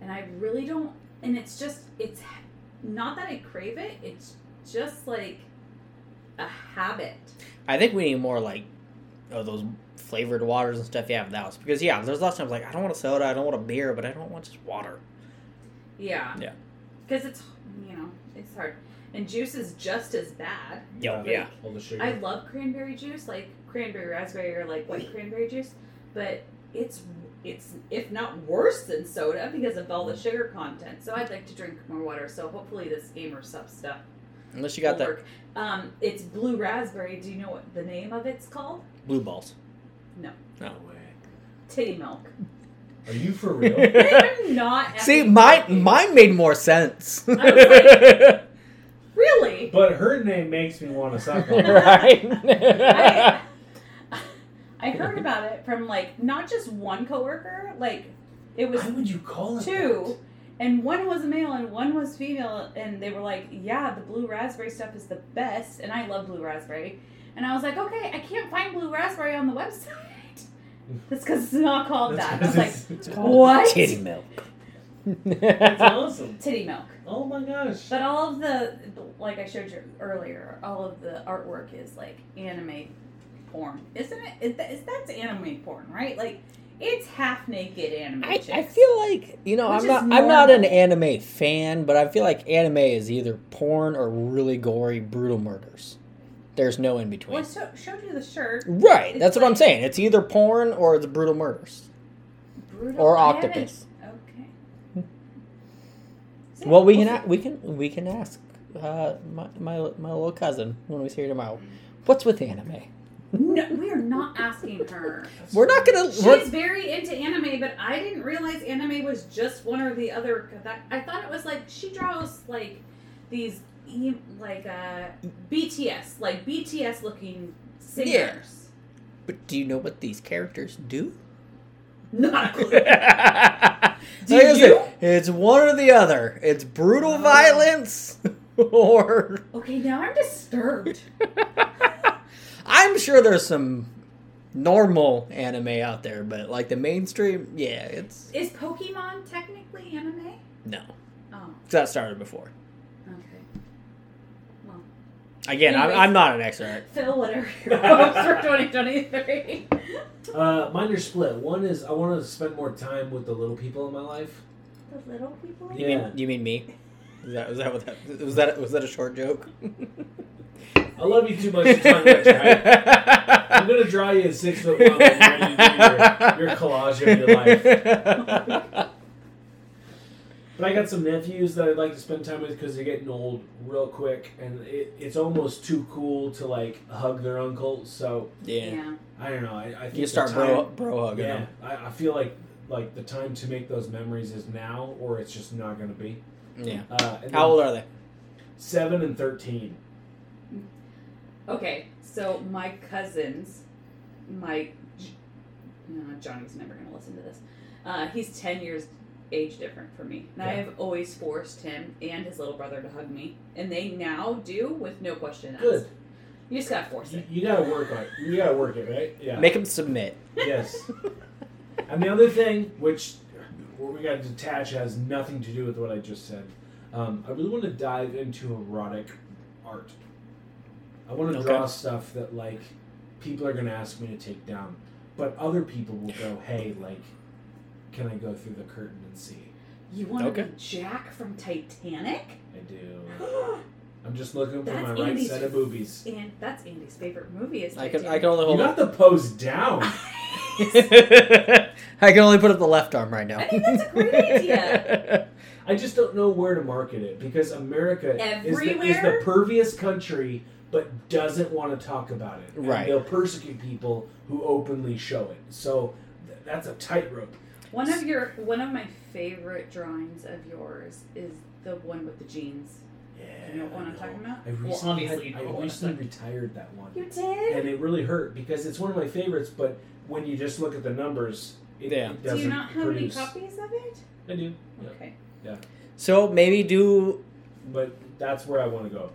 Speaker 4: and I really don't. And it's just it's not that I crave it; it's just like a habit.
Speaker 2: I think we need more like oh, those flavored waters and stuff you have in the house because yeah, there's lots of times like I don't want a soda, I don't want a beer, but I don't want just water.
Speaker 4: Yeah.
Speaker 2: Yeah.
Speaker 4: Because it's you know it's hard, and juice is just as bad.
Speaker 2: Yeah, yeah.
Speaker 3: All the sugar.
Speaker 4: I love cranberry juice, like cranberry raspberry or like white cranberry juice, but it's it's if not worse than soda because of all the sugar content. So I'd like to drink more water. So hopefully this gamer sub stuff
Speaker 2: Unless you got
Speaker 4: will
Speaker 2: that
Speaker 4: work. Um, it's blue raspberry. Do you know what the name of it's called?
Speaker 2: blue balls.
Speaker 3: No way.
Speaker 4: Titty
Speaker 2: <laughs>
Speaker 4: milk.
Speaker 3: Are you for real?
Speaker 4: <laughs> I'm not.
Speaker 2: See,
Speaker 4: effing
Speaker 2: mine
Speaker 4: joking.
Speaker 2: mine made more sense.
Speaker 4: was
Speaker 2: <laughs>
Speaker 4: really.
Speaker 3: but her name makes me want to suck
Speaker 2: <laughs>
Speaker 3: on her.
Speaker 2: right.
Speaker 4: <laughs> I, <laughs> I heard about it from like not just one coworker, like it was
Speaker 3: Why would you call it
Speaker 4: two, and one was male and one was female, and they were like, "Yeah, the blue raspberry stuff is the best," and I love blue raspberry, and I was like, "Okay, I can't find blue raspberry on the website." <laughs> That's because it's not
Speaker 3: that?
Speaker 4: called that. I
Speaker 3: That's
Speaker 4: was like,
Speaker 3: it's called-
Speaker 4: "What?"
Speaker 2: Titty milk.
Speaker 3: That's awesome.
Speaker 4: Titty milk.
Speaker 3: Oh my gosh.
Speaker 4: But all of the, like I showed you earlier, all of the artwork is like anime porn, isn't it? Is that, is that's anime porn, right? Like it's half naked anime.
Speaker 2: I, I
Speaker 4: chicks.
Speaker 2: feel like you know I'm
Speaker 4: Which is
Speaker 2: not I'm not an
Speaker 4: normal.
Speaker 2: anime fan, but I feel like anime is either porn or really gory, brutal murders. There's no in between.
Speaker 4: Well, I sho- showed you the shirt.
Speaker 2: Right,
Speaker 4: It's
Speaker 2: that's what I'm
Speaker 4: like-
Speaker 2: saying. It's either porn or it's brutal murders
Speaker 4: Brutal.
Speaker 2: or
Speaker 4: I haven't-
Speaker 2: octopus.
Speaker 4: Okay. So,
Speaker 2: Well, we can
Speaker 4: we'll
Speaker 2: a- we can we can ask uh, my, my my little cousin when we see her tomorrow. What's with anime?
Speaker 4: see. No, we are not asking her.
Speaker 2: We're not gonna. we're-
Speaker 4: She's very into anime, but I didn't realize anime was just one or the other. 'cause I- I thought it was like she draws like these e- like uh BTS, like BTS looking singers.
Speaker 2: but do you know what these characters do?
Speaker 4: Not a
Speaker 2: <laughs>
Speaker 4: clue.
Speaker 2: do
Speaker 4: Do you?
Speaker 2: It's one or the other. It's brutal
Speaker 4: Oh.
Speaker 2: violence <laughs> or. <laughs>
Speaker 4: Okay, now I'm disturbed.
Speaker 2: I'm sure there's some normal anime out there, but like the mainstream, yeah, it's
Speaker 4: Is Pokemon technically anime?
Speaker 2: no.
Speaker 4: Oh,
Speaker 2: That started before.
Speaker 4: okay. Well,
Speaker 2: Again, I'm,
Speaker 4: Anyways.
Speaker 2: I'm not an expert.
Speaker 4: Phil, what are your hopes for 2023?
Speaker 3: Uh, mine are split. One is I want to spend more time with the little people in my life.
Speaker 4: The little people.
Speaker 2: You
Speaker 3: Yeah.
Speaker 2: mean you mean me? Is that was that what that was that was that a short
Speaker 3: <laughs>
Speaker 2: joke?
Speaker 3: I love you too much to talk about
Speaker 2: <laughs>
Speaker 3: your height. I'm gonna draw you a six foot model when you do your, your collage of your life. But I got some nephews that I'd like to spend time with because they're getting old real quick, and it, it's almost too cool to like hug their uncle. So
Speaker 2: <laughs> yeah.
Speaker 3: I don't know. I, I think
Speaker 2: you
Speaker 3: the
Speaker 2: start
Speaker 3: time-
Speaker 2: bro bro hugging
Speaker 3: Yeah,
Speaker 2: them.
Speaker 3: I, I feel like like the time to make those memories is now, or it's just not going to be.
Speaker 2: Yeah.
Speaker 3: Uh, and
Speaker 2: How
Speaker 3: then
Speaker 2: old are they?
Speaker 3: Seven and thirteen.
Speaker 4: Okay, so my cousins, my J- no, Johnny's never gonna listen to this. Uh, he's ten years age different from me, and I
Speaker 3: Okay.
Speaker 4: have always forced him and his little brother to hug me, and they now do with no question asked.
Speaker 3: Good.
Speaker 4: You just gotta force
Speaker 3: You,
Speaker 4: it.
Speaker 3: you gotta work on it. You gotta work it, right? Yeah.
Speaker 2: Make them submit. <laughs>
Speaker 3: yes. And the other thing, which what we gotta detach, has nothing to do with what I just said. Um, I really want to dive into erotic art. I want to
Speaker 2: Okay.
Speaker 3: draw stuff that like people are gonna ask me to take down, but other people will go, "Hey, like, can I go through the curtain and see?"
Speaker 4: You want to
Speaker 2: Okay.
Speaker 4: be Jack from Titanic?
Speaker 3: I do. I'm just looking for my
Speaker 4: That's
Speaker 3: right
Speaker 4: Andy's-
Speaker 3: set of boobies.
Speaker 4: <gasps> and that's Andy's favorite movie. Is
Speaker 2: I can
Speaker 4: Titanic.
Speaker 2: I can only
Speaker 3: You
Speaker 2: hold
Speaker 3: got
Speaker 2: up.
Speaker 3: the pose down.
Speaker 2: <laughs> I can only put up the left arm right now.
Speaker 4: I think that's a great idea.
Speaker 3: I just don't know where to market it because America is the, is the
Speaker 4: Everywhere?
Speaker 3: pervious country but doesn't want to talk about it. And
Speaker 2: Right.
Speaker 3: they'll persecute people who openly show it. So th- that's a tightrope.
Speaker 4: One of your one of my favorite drawings of yours is the one with the jeans.
Speaker 3: Yeah.
Speaker 4: You know what
Speaker 3: I
Speaker 4: I'm talking about?
Speaker 3: I
Speaker 4: Well,
Speaker 3: recently,
Speaker 5: obviously you
Speaker 3: had-
Speaker 5: know what
Speaker 3: I
Speaker 5: I'm
Speaker 3: recently
Speaker 5: talking
Speaker 3: retired that one.
Speaker 4: You did?
Speaker 3: and it really hurt because it's one of my favorites. But when you just look at the numbers, it,
Speaker 2: Yeah.
Speaker 3: it
Speaker 4: Do
Speaker 3: doesn't
Speaker 4: you not have
Speaker 3: produce.
Speaker 4: any copies of it?
Speaker 3: I do, yeah.
Speaker 4: Okay.
Speaker 2: <laughs> So maybe do
Speaker 3: but that's where I want to go.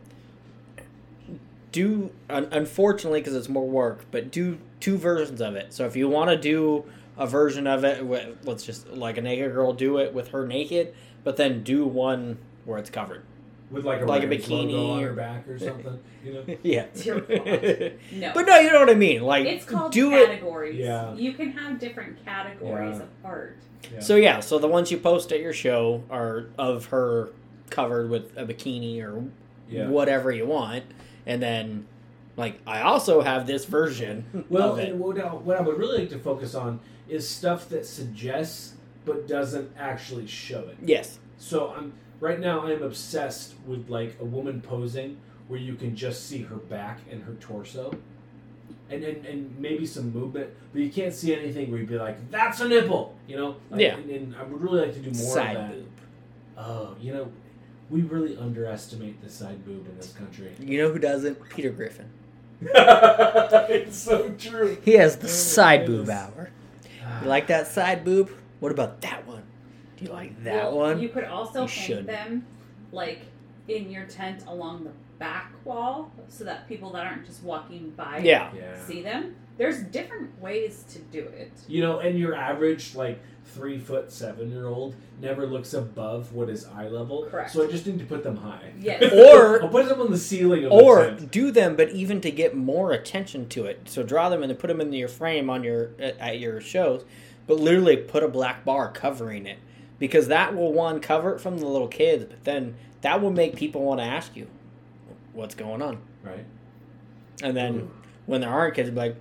Speaker 2: do un- unfortunately because it's more work, but do two versions of it. So if you want to do a version of it, wi- let's just like a naked girl do it with her naked, but then do one where it's
Speaker 3: <laughs>
Speaker 2: covered.
Speaker 3: With like a
Speaker 2: Like a
Speaker 3: Rams
Speaker 2: bikini
Speaker 3: logo on
Speaker 2: or-
Speaker 3: her back or something,
Speaker 2: <laughs>
Speaker 3: you know.
Speaker 2: yeah.
Speaker 4: Your fault. No.
Speaker 2: <laughs> but no, you know what I mean. Like
Speaker 4: it's called
Speaker 2: do it.
Speaker 4: categories.
Speaker 3: Yeah.
Speaker 4: You can have different categories
Speaker 3: Yeah.
Speaker 4: of art.
Speaker 3: Yeah.
Speaker 2: So yeah, so the ones you post at your show are of her covered with a bikini or
Speaker 3: yeah.
Speaker 2: whatever you want, and then like I also have this
Speaker 3: <laughs>
Speaker 2: version.
Speaker 3: Well,
Speaker 2: of it.
Speaker 3: and what I, what I would really like to focus on is stuff that suggests but doesn't actually show it.
Speaker 2: yes,
Speaker 3: So I'm right now I'm obsessed with like a woman posing where you can just see her back and her torso. And, and, and maybe some movement, but you can't see anything where you'd be like, "That's a nipple," you know. Like,
Speaker 2: Yeah.
Speaker 3: And, and I would really like to do more
Speaker 2: side
Speaker 3: of that.
Speaker 2: boob.
Speaker 3: Oh, you know, we really underestimate the side boob in this country. <laughs>
Speaker 2: You know who doesn't? Peter Griffin.
Speaker 3: it's so true.
Speaker 2: He has
Speaker 3: Oh,
Speaker 2: the side
Speaker 3: it
Speaker 2: boob
Speaker 3: is.
Speaker 2: hour. You like that side boob? What about that one? Do you like that
Speaker 4: Well,
Speaker 2: one?
Speaker 4: You could also
Speaker 2: You
Speaker 4: hang
Speaker 2: shouldn't.
Speaker 4: them like in your tent along the back wall so that people that aren't just walking by
Speaker 2: yeah.
Speaker 3: <sighs> Yeah.
Speaker 4: see them. There's different ways to do it.
Speaker 3: You know, and your average like three foot seven year old never looks above what is eye level.
Speaker 4: Correct.
Speaker 3: So I just need to put them high.
Speaker 4: Yes.
Speaker 3: <laughs>
Speaker 2: Or-
Speaker 3: I'll put them on the ceiling of
Speaker 2: Or
Speaker 3: the tent.
Speaker 2: do them, but even to get more attention to it. So draw them and then put them into your frame on your at at your shows, but literally put a black bar covering it because that will one cover it from the little kids, but then that will make people want to ask you what's going on,
Speaker 3: Right.
Speaker 2: and then
Speaker 3: Ooh.
Speaker 2: when there aren't kids, be like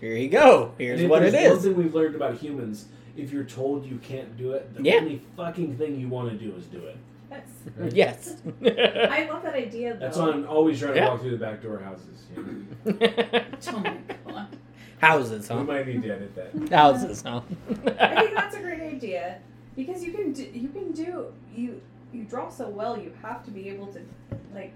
Speaker 2: here you go, here's
Speaker 3: And if
Speaker 2: what it
Speaker 3: there's One
Speaker 2: is.
Speaker 3: thing we've learned about humans: if you're told you can't do it, the
Speaker 2: Yeah.
Speaker 3: only fucking thing you want to do is do it.
Speaker 2: <laughs>
Speaker 4: That's
Speaker 3: Right.
Speaker 2: Yes.
Speaker 4: I love that idea though.
Speaker 3: That's why I'm always trying to
Speaker 2: Yeah.
Speaker 3: walk through the back door of houses. You know?
Speaker 4: Oh my God.
Speaker 2: Houses,
Speaker 3: We
Speaker 2: huh?
Speaker 3: might need to edit that.
Speaker 2: Houses, huh?
Speaker 4: I think that's a great idea because you can do, you can do you you draw so well you have to be able to like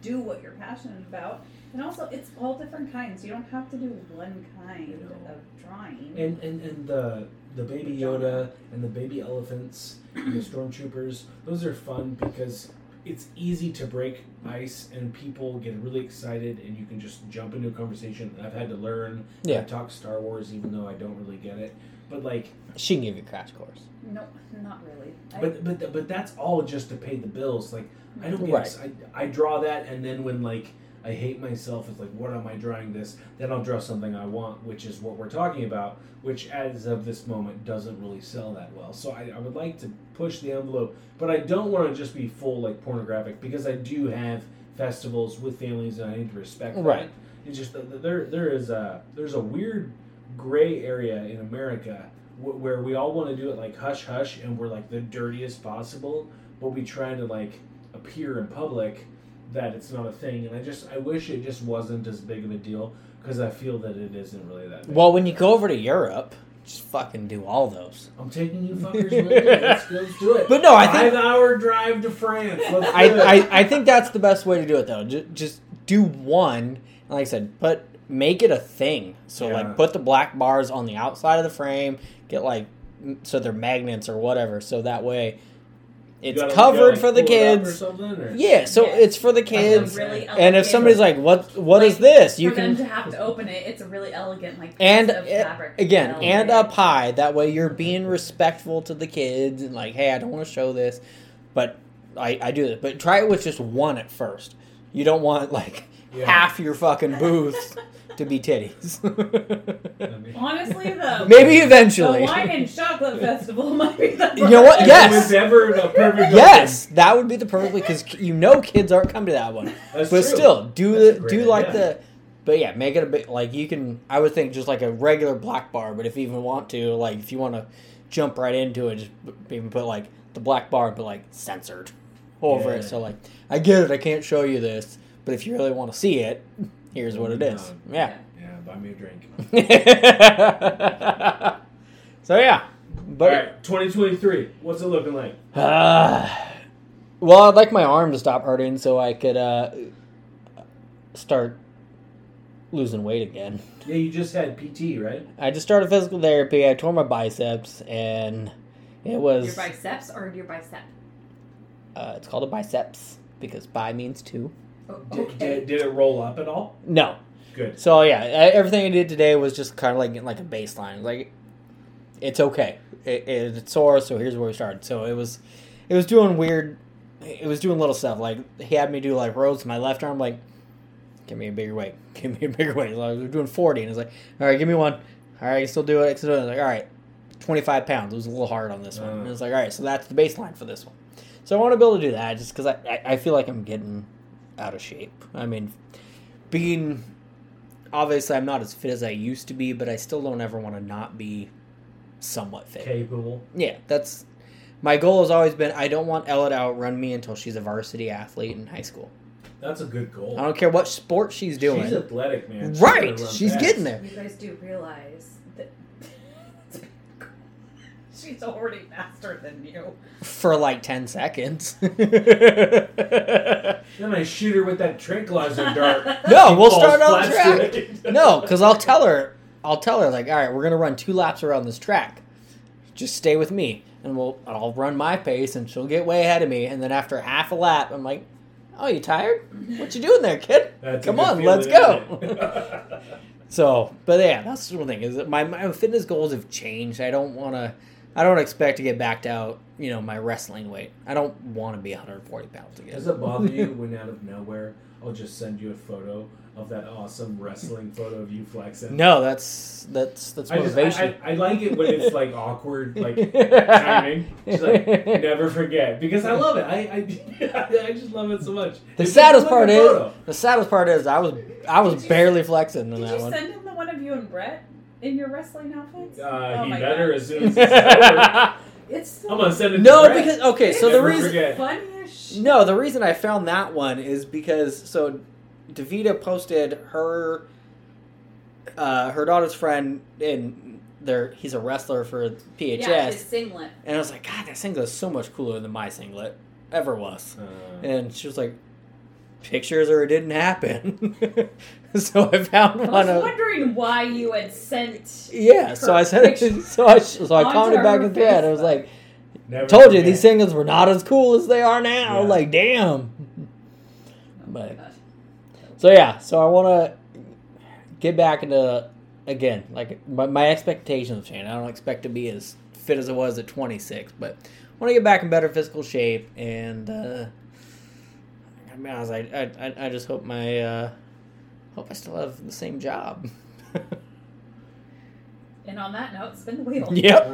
Speaker 4: do what you're passionate about and also it's all different kinds you don't have to do one kind
Speaker 3: No.
Speaker 4: of drawing
Speaker 3: And and, and the the baby Yoda and the baby elephants and the stormtroopers, those are fun because it's easy to break ice and people get really excited and you can just jump into a conversation. I've had to learn
Speaker 2: Yeah.
Speaker 3: I talk Star Wars even though I don't really get it. But like
Speaker 2: <laughs> She can give you a crash course.
Speaker 4: no not really I-
Speaker 3: but but but that's all just to pay the bills. Like I don't get
Speaker 2: Right.
Speaker 3: ex- I, I draw that and then when like I hate myself it's like what am I drawing this? Then I'll draw something I want, which is what we're talking about, which as of this moment doesn't really sell that well. So I, I would like to push the envelope, but I don't want to just be full like pornographic because I do have festivals with families and I need to respect that.
Speaker 2: Right.
Speaker 3: It's just that there there is a there's a weird gray area in America wh- where we all want to do it like hush hush and we're like the dirtiest possible, but we try to like appear in public that it's not a thing. And I just I wish it just wasn't as big of a deal because I feel that it isn't really that. Big.
Speaker 2: Well, when you go over to Europe, just fucking do all those.
Speaker 3: I'm taking
Speaker 2: <laughs>
Speaker 3: you fuckers with me. Let's, let's do it.
Speaker 2: But no, I think-
Speaker 3: five hour drive to France. Let's do
Speaker 2: I,
Speaker 3: it.
Speaker 2: I, I think that's the best way to do it, though. Just, just do one. And like I said, put make it a thing. So,
Speaker 3: Yeah.
Speaker 2: like, put the black bars on the outside of the frame. Get, like, m- so they're magnets or whatever. So that way
Speaker 3: You
Speaker 2: it's
Speaker 3: gotta- you gotta,
Speaker 2: covered
Speaker 3: like,
Speaker 2: for the
Speaker 3: pull it up or
Speaker 2: kids.
Speaker 3: something, or-
Speaker 2: Yeah, so
Speaker 4: Yes.
Speaker 2: it's for the
Speaker 4: That's a
Speaker 2: kids.
Speaker 4: really
Speaker 2: And
Speaker 4: elegant-
Speaker 2: if somebody's like, "What? What is
Speaker 4: Like,
Speaker 2: this?" You
Speaker 4: for
Speaker 2: can
Speaker 4: them to have to open it it's a really elegant like piece
Speaker 2: and
Speaker 4: of
Speaker 2: uh,
Speaker 4: fabric
Speaker 2: again
Speaker 4: Elegant.
Speaker 2: and
Speaker 4: <laughs>
Speaker 2: up high that way you're being respectful to the kids and like hey i don't want to show this but i i do this but try it with just one at first you don't want like
Speaker 3: Yeah.
Speaker 2: half your fucking
Speaker 4: <laughs>
Speaker 2: booth to be titties <laughs>
Speaker 3: I mean-
Speaker 4: honestly the
Speaker 2: maybe
Speaker 4: the
Speaker 2: eventually
Speaker 4: wine and chocolate festival <laughs> might be the
Speaker 2: You know what?
Speaker 4: perfect-
Speaker 2: Yes.
Speaker 3: It was ever a perfect
Speaker 2: yes that would be the perfect because you know kids aren't come to that one
Speaker 3: That's
Speaker 2: but
Speaker 3: true.
Speaker 2: still do
Speaker 3: That's a
Speaker 2: the
Speaker 3: great
Speaker 2: do like
Speaker 3: idea.
Speaker 2: the but yeah make it a bit like you can i would think just like a regular black bar but if you even want to like if you want to jump right into it just b- even put like the black bar but like censored over
Speaker 3: Yeah.
Speaker 2: it so like i get it i can't show you this but if you really want to see it here's what it is yeah
Speaker 3: Yeah, buy me a drink.
Speaker 2: so yeah <laughs> but <sighs>
Speaker 3: All right, 2023. What's it looking like?
Speaker 2: Ah, Well, I'd like my arm to stop hurting so I could uh, start losing weight again.
Speaker 3: Yeah, you just had PT, right?
Speaker 2: I just started physical therapy. I tore my biceps, and it
Speaker 4: Your
Speaker 2: was
Speaker 4: biceps or your bicep?
Speaker 2: uh, it's called a biceps because bi means two.
Speaker 4: Oh,
Speaker 3: Did,
Speaker 4: okay.
Speaker 3: did, did it roll up at all?
Speaker 2: No,
Speaker 3: Good.
Speaker 2: so yeah, I, everything I did today was just kind of like getting like a baseline. Like it's okay. It, it, it's sore, so here's where we started. So it was, it was doing weird. It was doing little stuff. Like he had me do like rows with my left arm. Like, give me a bigger weight. <laughs> Give me a bigger weight. Like, we're doing forty, and it's like, all right, give me one. All right, I can still do it. I can still do it. Like, all right, twenty five pounds. It was a little hard on this one. And it was like, all right, so that's the baseline for this one. So I want to be able to do that just because I, I, I feel like I'm getting out of shape. I mean, being obviously I'm not as fit as I used to be, but I still don't ever want to not be somewhat fit.
Speaker 3: Capable.
Speaker 2: Yeah, that's my goal has always been I don't want Ella to outrun me until she's a varsity athlete in high school.
Speaker 3: That's a good goal.
Speaker 2: I don't care what sport she's doing.
Speaker 3: She's athletic, man. She's
Speaker 2: right,
Speaker 3: gonna run
Speaker 2: she's
Speaker 3: fast.
Speaker 2: getting there.
Speaker 4: You guys do realize that <laughs> she's already faster than you.
Speaker 2: For like 10 seconds. <laughs> no,
Speaker 3: Then I shoot her with that tranquilizer
Speaker 2: <laughs>
Speaker 3: dart.
Speaker 2: we'll
Speaker 3: Falls
Speaker 2: start on
Speaker 3: flat
Speaker 2: track. <laughs>
Speaker 3: straight.
Speaker 2: No, because I'll tell her, I'll tell her, like, all right, we're going to run two laps around this track. Just stay with me. And we'll, I'll run my pace and she'll get way ahead of me. And then after half a lap, I'm like, oh, you tired? What you doing there, kid?
Speaker 3: <laughs> That's a
Speaker 2: Come
Speaker 3: good
Speaker 2: on,
Speaker 3: feeling,
Speaker 2: let's
Speaker 3: isn't
Speaker 2: go.
Speaker 3: it?
Speaker 2: <laughs> So, but yeah, that's the one thing is that my, my fitness goals have changed. I don't want to, I don't expect to get backed out, you know, my wrestling weight. I don't want to be 140 pounds again.
Speaker 3: <laughs> Does it bother you when out of nowhere I'll just send you a photo of that awesome wrestling photo of you flexing?
Speaker 2: No, that's, that's, that's
Speaker 3: I, just, I,
Speaker 2: motivation.
Speaker 3: I, I like it when
Speaker 2: <laughs>
Speaker 3: it's like awkward, like timing. Just like never forget because I love it. I I, <laughs> I just love it so much.
Speaker 2: the
Speaker 3: It's
Speaker 2: saddest
Speaker 3: just like
Speaker 2: part
Speaker 3: a
Speaker 2: is,
Speaker 3: photo.
Speaker 2: the saddest part is I was, I was
Speaker 4: Did you-
Speaker 2: barely flexing in
Speaker 4: Did
Speaker 2: that
Speaker 4: you
Speaker 2: one.
Speaker 4: send him the one of you and Brett in your wrestling outfits?
Speaker 3: Uh,
Speaker 4: oh
Speaker 3: he
Speaker 4: my
Speaker 3: better
Speaker 4: God.
Speaker 2: <laughs>
Speaker 3: as soon as <laughs> it's over.
Speaker 4: It's so
Speaker 3: I'm gonna send it.
Speaker 2: no,
Speaker 3: to Brett.
Speaker 2: because, okay, so the
Speaker 4: It's
Speaker 3: Never
Speaker 2: reason,
Speaker 3: forget.
Speaker 4: funny as shit.
Speaker 2: No, the reason I found that one is because so Davita posted her uh, her daughter's friend and their he's a wrestler for PHS,
Speaker 4: Yeah, his singlet.
Speaker 2: and I was like, God, that singlet is so much cooler than my singlet ever was.
Speaker 3: Uh,
Speaker 2: And she was like, pictures or it didn't happen. <laughs> so <laughs> I found
Speaker 4: I
Speaker 2: one
Speaker 4: was
Speaker 2: of.
Speaker 4: wondering why you
Speaker 2: <laughs>
Speaker 4: had sent. Oh
Speaker 2: Yeah, so I said
Speaker 4: Picture.
Speaker 2: it. <laughs> So I, so I
Speaker 4: Onto
Speaker 2: commented back
Speaker 4: her
Speaker 2: in thread. I was
Speaker 4: Facebook.
Speaker 2: like,
Speaker 3: never
Speaker 2: "Told you
Speaker 3: forget.
Speaker 2: these singlets were not as cool as they are now."
Speaker 3: Yeah.
Speaker 2: Like, damn.
Speaker 4: my
Speaker 2: But-
Speaker 4: gosh.
Speaker 2: So yeah, so I want to get back into again like my, my expectations change. I don't expect to be as fit as I was at 26, but I want to get back in better physical shape. And uh, I mean, I was like, I, I, I just hope my uh, hope I still have the same job. <laughs>
Speaker 4: And on that note, spin the wheel.
Speaker 2: yep.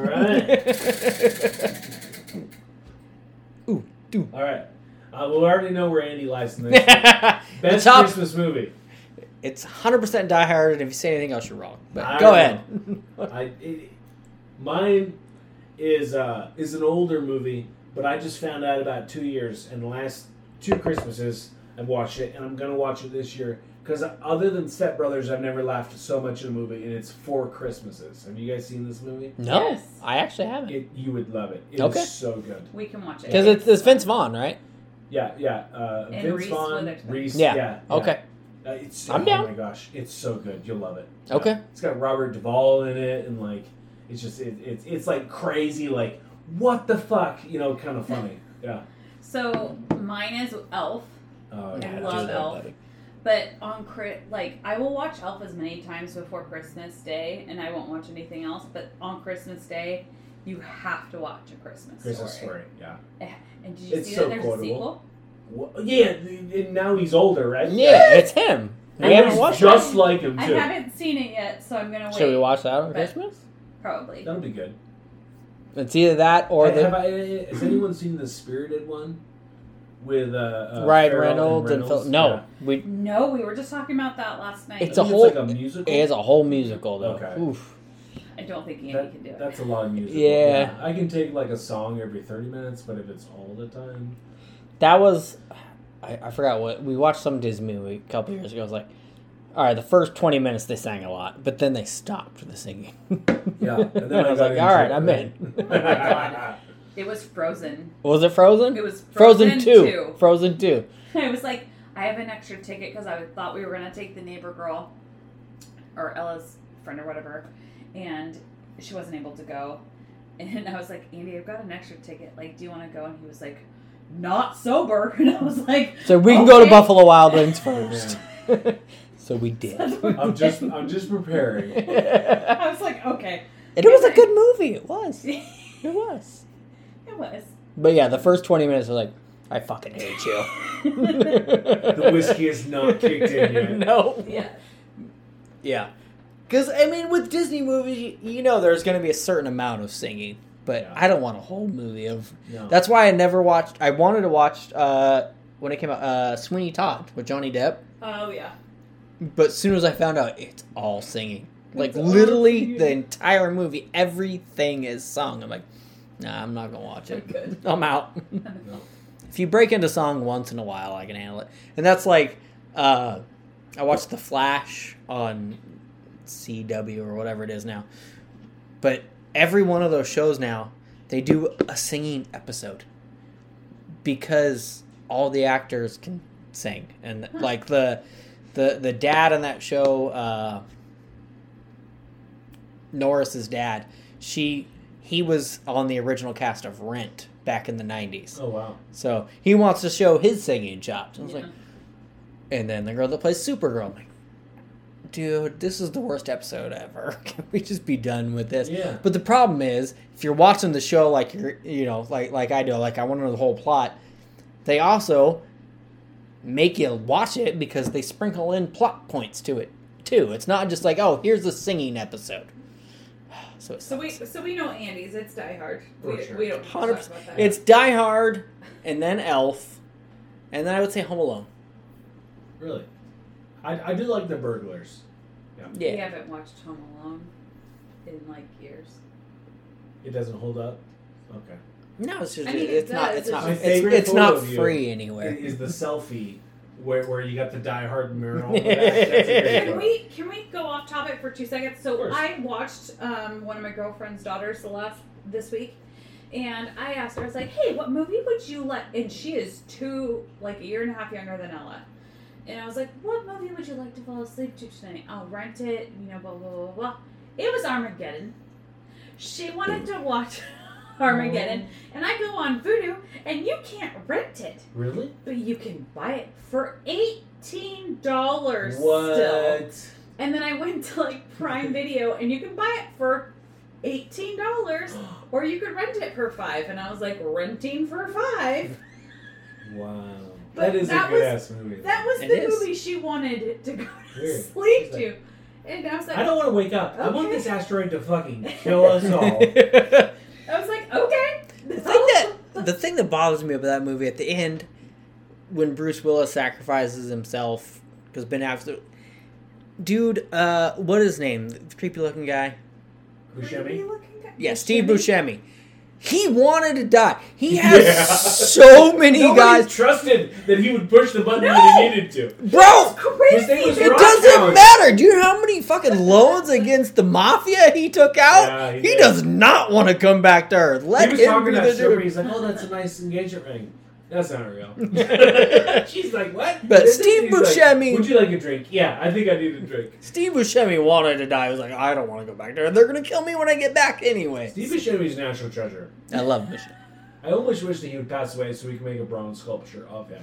Speaker 2: <laughs>
Speaker 3: All
Speaker 2: Ooh,
Speaker 3: <laughs>
Speaker 2: dude.
Speaker 3: All right. Uh, well, we already know where Andy lies in
Speaker 2: <laughs>
Speaker 3: this.
Speaker 2: the
Speaker 3: Best
Speaker 2: top,
Speaker 3: Christmas movie.
Speaker 2: it's 100% Die Hard, and if you say anything else, you're wrong. But
Speaker 3: I
Speaker 2: go
Speaker 3: don't
Speaker 2: ahead.
Speaker 3: <laughs> I it, mine is uh is an older movie, but I just found out about two years and the last two Christmases I watched it, and I'm gonna watch it this year because other than Step Brothers, I've never laughed so much in a movie, and it's Four Christmases. Have you guys seen this movie?
Speaker 2: No,
Speaker 4: Yes.
Speaker 2: I actually haven't.
Speaker 3: It, you would love it. It's
Speaker 2: Okay.
Speaker 3: so good.
Speaker 4: We can watch it.
Speaker 2: Because it's, it's Vince Vaughn, right?
Speaker 3: Yeah, yeah. Uh,
Speaker 4: And
Speaker 3: Vince
Speaker 4: Reese
Speaker 3: Vaughn,
Speaker 4: Witherspoon.
Speaker 3: Reese.
Speaker 2: Yeah,
Speaker 3: Yeah. yeah.
Speaker 2: Okay.
Speaker 3: Uh, it's
Speaker 2: I'm
Speaker 3: oh
Speaker 2: down.
Speaker 3: my gosh, it's so good. You'll love it.
Speaker 2: Okay.
Speaker 3: Uh, it's got Robert Duvall in it, and like it's just it, it's it's like crazy, like what the fuck, you
Speaker 2: <laughs>
Speaker 3: know, kind of funny. Yeah.
Speaker 4: So mine is Elf,
Speaker 3: Uh,
Speaker 4: I
Speaker 3: yeah.
Speaker 4: love
Speaker 2: just
Speaker 4: Elf.
Speaker 2: buddy.
Speaker 4: but on cri- like I will watch Elf as many times before Christmas Day, and I won't watch anything else. But on Christmas Day, you have to watch a Christmas,
Speaker 3: Christmas story. Yeah.
Speaker 4: And did you
Speaker 3: It's
Speaker 4: see
Speaker 3: so
Speaker 4: that there's
Speaker 3: quotable.
Speaker 4: a sequel?
Speaker 3: Well, yeah. And now he's older, right?
Speaker 2: Yeah, it's him. We
Speaker 3: And
Speaker 2: haven't
Speaker 3: he's
Speaker 2: watched it.
Speaker 3: just like him
Speaker 4: I
Speaker 3: too.
Speaker 4: haven't seen it yet, so I'm gonna wait.
Speaker 2: Should we watch that on
Speaker 4: But-
Speaker 2: Christmas?
Speaker 4: Probably.
Speaker 3: That'll be good.
Speaker 2: It's either that or
Speaker 3: Hey, have
Speaker 2: the
Speaker 3: I, has anyone seen the Spirited one with uh, uh
Speaker 2: Ryan
Speaker 3: Farrell
Speaker 2: Reynolds and Phil. No,
Speaker 3: Yeah.
Speaker 2: we
Speaker 4: No, we were just talking about that last night.
Speaker 3: I
Speaker 2: It's a
Speaker 3: think
Speaker 2: whole-
Speaker 3: like a musical.
Speaker 2: it's a whole musical though.
Speaker 3: Okay.
Speaker 2: Oof.
Speaker 4: I don't think Andy
Speaker 3: That-
Speaker 4: can do it.
Speaker 3: That's a lot of music.
Speaker 2: Yeah.
Speaker 3: I can take like a song every 30 minutes, but if it's all the time.
Speaker 2: That was I, I forgot what we watched some Disney movie a couple years ago. I was like, all right, the first twenty minutes they sang a lot, but then they stopped the singing. <laughs>
Speaker 3: Yeah.
Speaker 4: <laughs>
Speaker 2: and I was like, all right, I'm in. <laughs>
Speaker 4: It was frozen.
Speaker 2: Was it Frozen?
Speaker 4: It was
Speaker 2: Frozen,
Speaker 4: frozen,
Speaker 2: two.
Speaker 4: too.
Speaker 2: Frozen two.
Speaker 4: <laughs> I was like, I have an extra ticket because I thought we were gonna take the neighbor girl or Ella's friend or whatever, and she wasn't able to go. <laughs> And I was like, Andy, I've got an extra ticket. Like, do you want to go? And he was like, Not sober. <laughs> And I was like,
Speaker 2: So we can go to
Speaker 4: Okay.
Speaker 2: Buffalo Wild
Speaker 3: <laughs>
Speaker 2: Wings first. <laughs> so we did. <laughs>
Speaker 4: That's what we
Speaker 3: <laughs> I'm just
Speaker 4: did.
Speaker 3: I'm just preparing.
Speaker 2: and
Speaker 4: <laughs> I was like, okay, <laughs>
Speaker 2: it was a good movie. It was.
Speaker 4: it
Speaker 2: It was.
Speaker 4: was. <laughs>
Speaker 2: But yeah, the first 20 minutes were like, I fucking hate you.
Speaker 3: The
Speaker 2: the
Speaker 3: whiskey is not kicked in
Speaker 2: <laughs>
Speaker 3: yet.
Speaker 2: no.
Speaker 4: yeah,
Speaker 2: Yeah. Because, I mean, with Disney movies, you, you know there's going to be a certain amount of singing. But
Speaker 3: Yeah.
Speaker 2: I don't want a whole movie of.
Speaker 3: No.
Speaker 2: That's why I never watched. I wanted to watch, uh, when it came out, uh, Sweeney Todd with Johnny Depp.
Speaker 4: oh yeah,
Speaker 2: But as soon as I found out, it's all singing. Like,
Speaker 4: all
Speaker 2: literally
Speaker 4: singing.
Speaker 2: the entire movie, everything is sung. I'm like, nah, I'm not going to watch it.
Speaker 4: good.
Speaker 2: <laughs> I'm out.
Speaker 3: No.
Speaker 2: if you break into song once in a while, I can handle it. And that's like, uh, I watched The Flash on CW or whatever it is now. But every one of those shows now, they do a singing episode because all the actors can sing. And like the the the dad on that show, uh, Norris's dad, she he was on the original cast of Rent back in the '90s.
Speaker 3: Oh wow.
Speaker 2: So he wants to show his singing chops. I was
Speaker 4: Yeah.
Speaker 2: like, and then the girl that plays Supergirl, I'm like, dude, this is the worst episode ever. <laughs> Can we just be done with this?
Speaker 3: Yeah.
Speaker 2: But the problem is, if you're watching the show like you're, you know, like like I do, like I want to know the whole plot. They also make you watch it because they sprinkle in plot points to it too. It's not just like, oh, here's the singing episode. <sighs> So it's
Speaker 4: So we so we know Andy's. It's Die Hard.
Speaker 3: For
Speaker 4: we,
Speaker 3: sure.
Speaker 4: we don't talk
Speaker 2: Hundred
Speaker 4: about
Speaker 2: percent.
Speaker 4: that.
Speaker 2: It's Die Hard, and then Elf, and then I would say Home Alone.
Speaker 3: Really. I, I do like the burglars.
Speaker 4: We haven't watched Home Alone in like years.
Speaker 3: It doesn't hold up. Okay.
Speaker 2: No, it's just
Speaker 4: I mean, it
Speaker 2: it's not
Speaker 4: does,
Speaker 2: it's
Speaker 4: it's
Speaker 2: not
Speaker 3: just- My
Speaker 2: it's,
Speaker 3: favorite
Speaker 2: it's not
Speaker 3: photo of you
Speaker 2: free anywhere.
Speaker 3: <laughs> Is the selfie where, where you got the Die Hard
Speaker 2: <laughs>
Speaker 3: mural? That's a great
Speaker 4: Can
Speaker 3: photo.
Speaker 4: we can we go off topic for two seconds?
Speaker 3: Of
Speaker 4: So
Speaker 3: course.
Speaker 4: I watched um, one of my girlfriend's daughters the last this week, and I asked her, I was like, "Hey, what movie would you like?" And she is two, like a year and a half younger than Ella. And I was like, "What movie would you like to fall asleep to tonight? I'll rent it." You know, blah blah blah blah. It was Armageddon. She wanted to watch <laughs> Armageddon, and I go on Vudu, and you can't rent it,
Speaker 3: Really?
Speaker 4: but you can buy it for eighteen dollars. Still.
Speaker 3: What?
Speaker 4: And then I went to like Prime Video, and you can buy it for
Speaker 3: <gasps>
Speaker 4: eighteen dollars, or you could rent it for five. And I was like, renting for five.
Speaker 3: Wow.
Speaker 4: But
Speaker 3: that is
Speaker 4: that
Speaker 3: a
Speaker 4: was-
Speaker 3: good ass movie.
Speaker 4: That was
Speaker 2: It
Speaker 4: the
Speaker 2: is.
Speaker 4: movie she wanted to go to
Speaker 3: Weird.
Speaker 4: <laughs> sleep
Speaker 3: She's
Speaker 4: to. And I was like,
Speaker 3: I
Speaker 4: I,
Speaker 3: don't want to wake up. I want
Speaker 4: Okay.
Speaker 3: this asteroid to fucking kill us all.
Speaker 4: <laughs> was like, okay.
Speaker 2: the thing
Speaker 4: <laughs>
Speaker 2: that the thing that bothers me about that movie at the end, when Bruce Willis sacrifices himself because Ben Affleck, dude, uh, what is his name? The creepy looking guy.
Speaker 3: Buscemi?
Speaker 2: Yeah, Steve Buscemi. He wanted to die. He has
Speaker 3: Yeah.
Speaker 2: so many
Speaker 3: Nobody
Speaker 2: guys,
Speaker 3: trusted that he would push the button
Speaker 4: No!
Speaker 3: when he needed to.
Speaker 2: bro.
Speaker 3: His name was
Speaker 4: Crazy.
Speaker 2: It
Speaker 3: Rock
Speaker 2: doesn't
Speaker 3: Hound.
Speaker 2: matter. Do you know how many fucking loans against the mafia he took out?
Speaker 3: Yeah, he
Speaker 2: he
Speaker 3: did.
Speaker 2: does not want to come back to Earth.
Speaker 3: He
Speaker 2: Let
Speaker 3: was
Speaker 2: him
Speaker 3: talking
Speaker 2: be
Speaker 3: to that stripper.
Speaker 2: the
Speaker 3: He's like, "Oh, that's a nice engagement ring." That's not
Speaker 2: <laughs>
Speaker 3: real. <laughs>
Speaker 2: dude.
Speaker 3: She's like, "What?"
Speaker 2: But
Speaker 3: And then
Speaker 2: Steve
Speaker 3: he's like,
Speaker 2: Buscemi-
Speaker 3: Would you like a drink? Yeah, I think I need a drink.
Speaker 2: <laughs> Steve Buscemi wanted to die. He was like, I don't want to go back there. They're gonna kill me when I get back anyway.
Speaker 3: Steve Buscemi's a national treasure.
Speaker 2: I love Buscemi.
Speaker 3: I almost wish that he would pass away so we could make a bronze sculpture of him.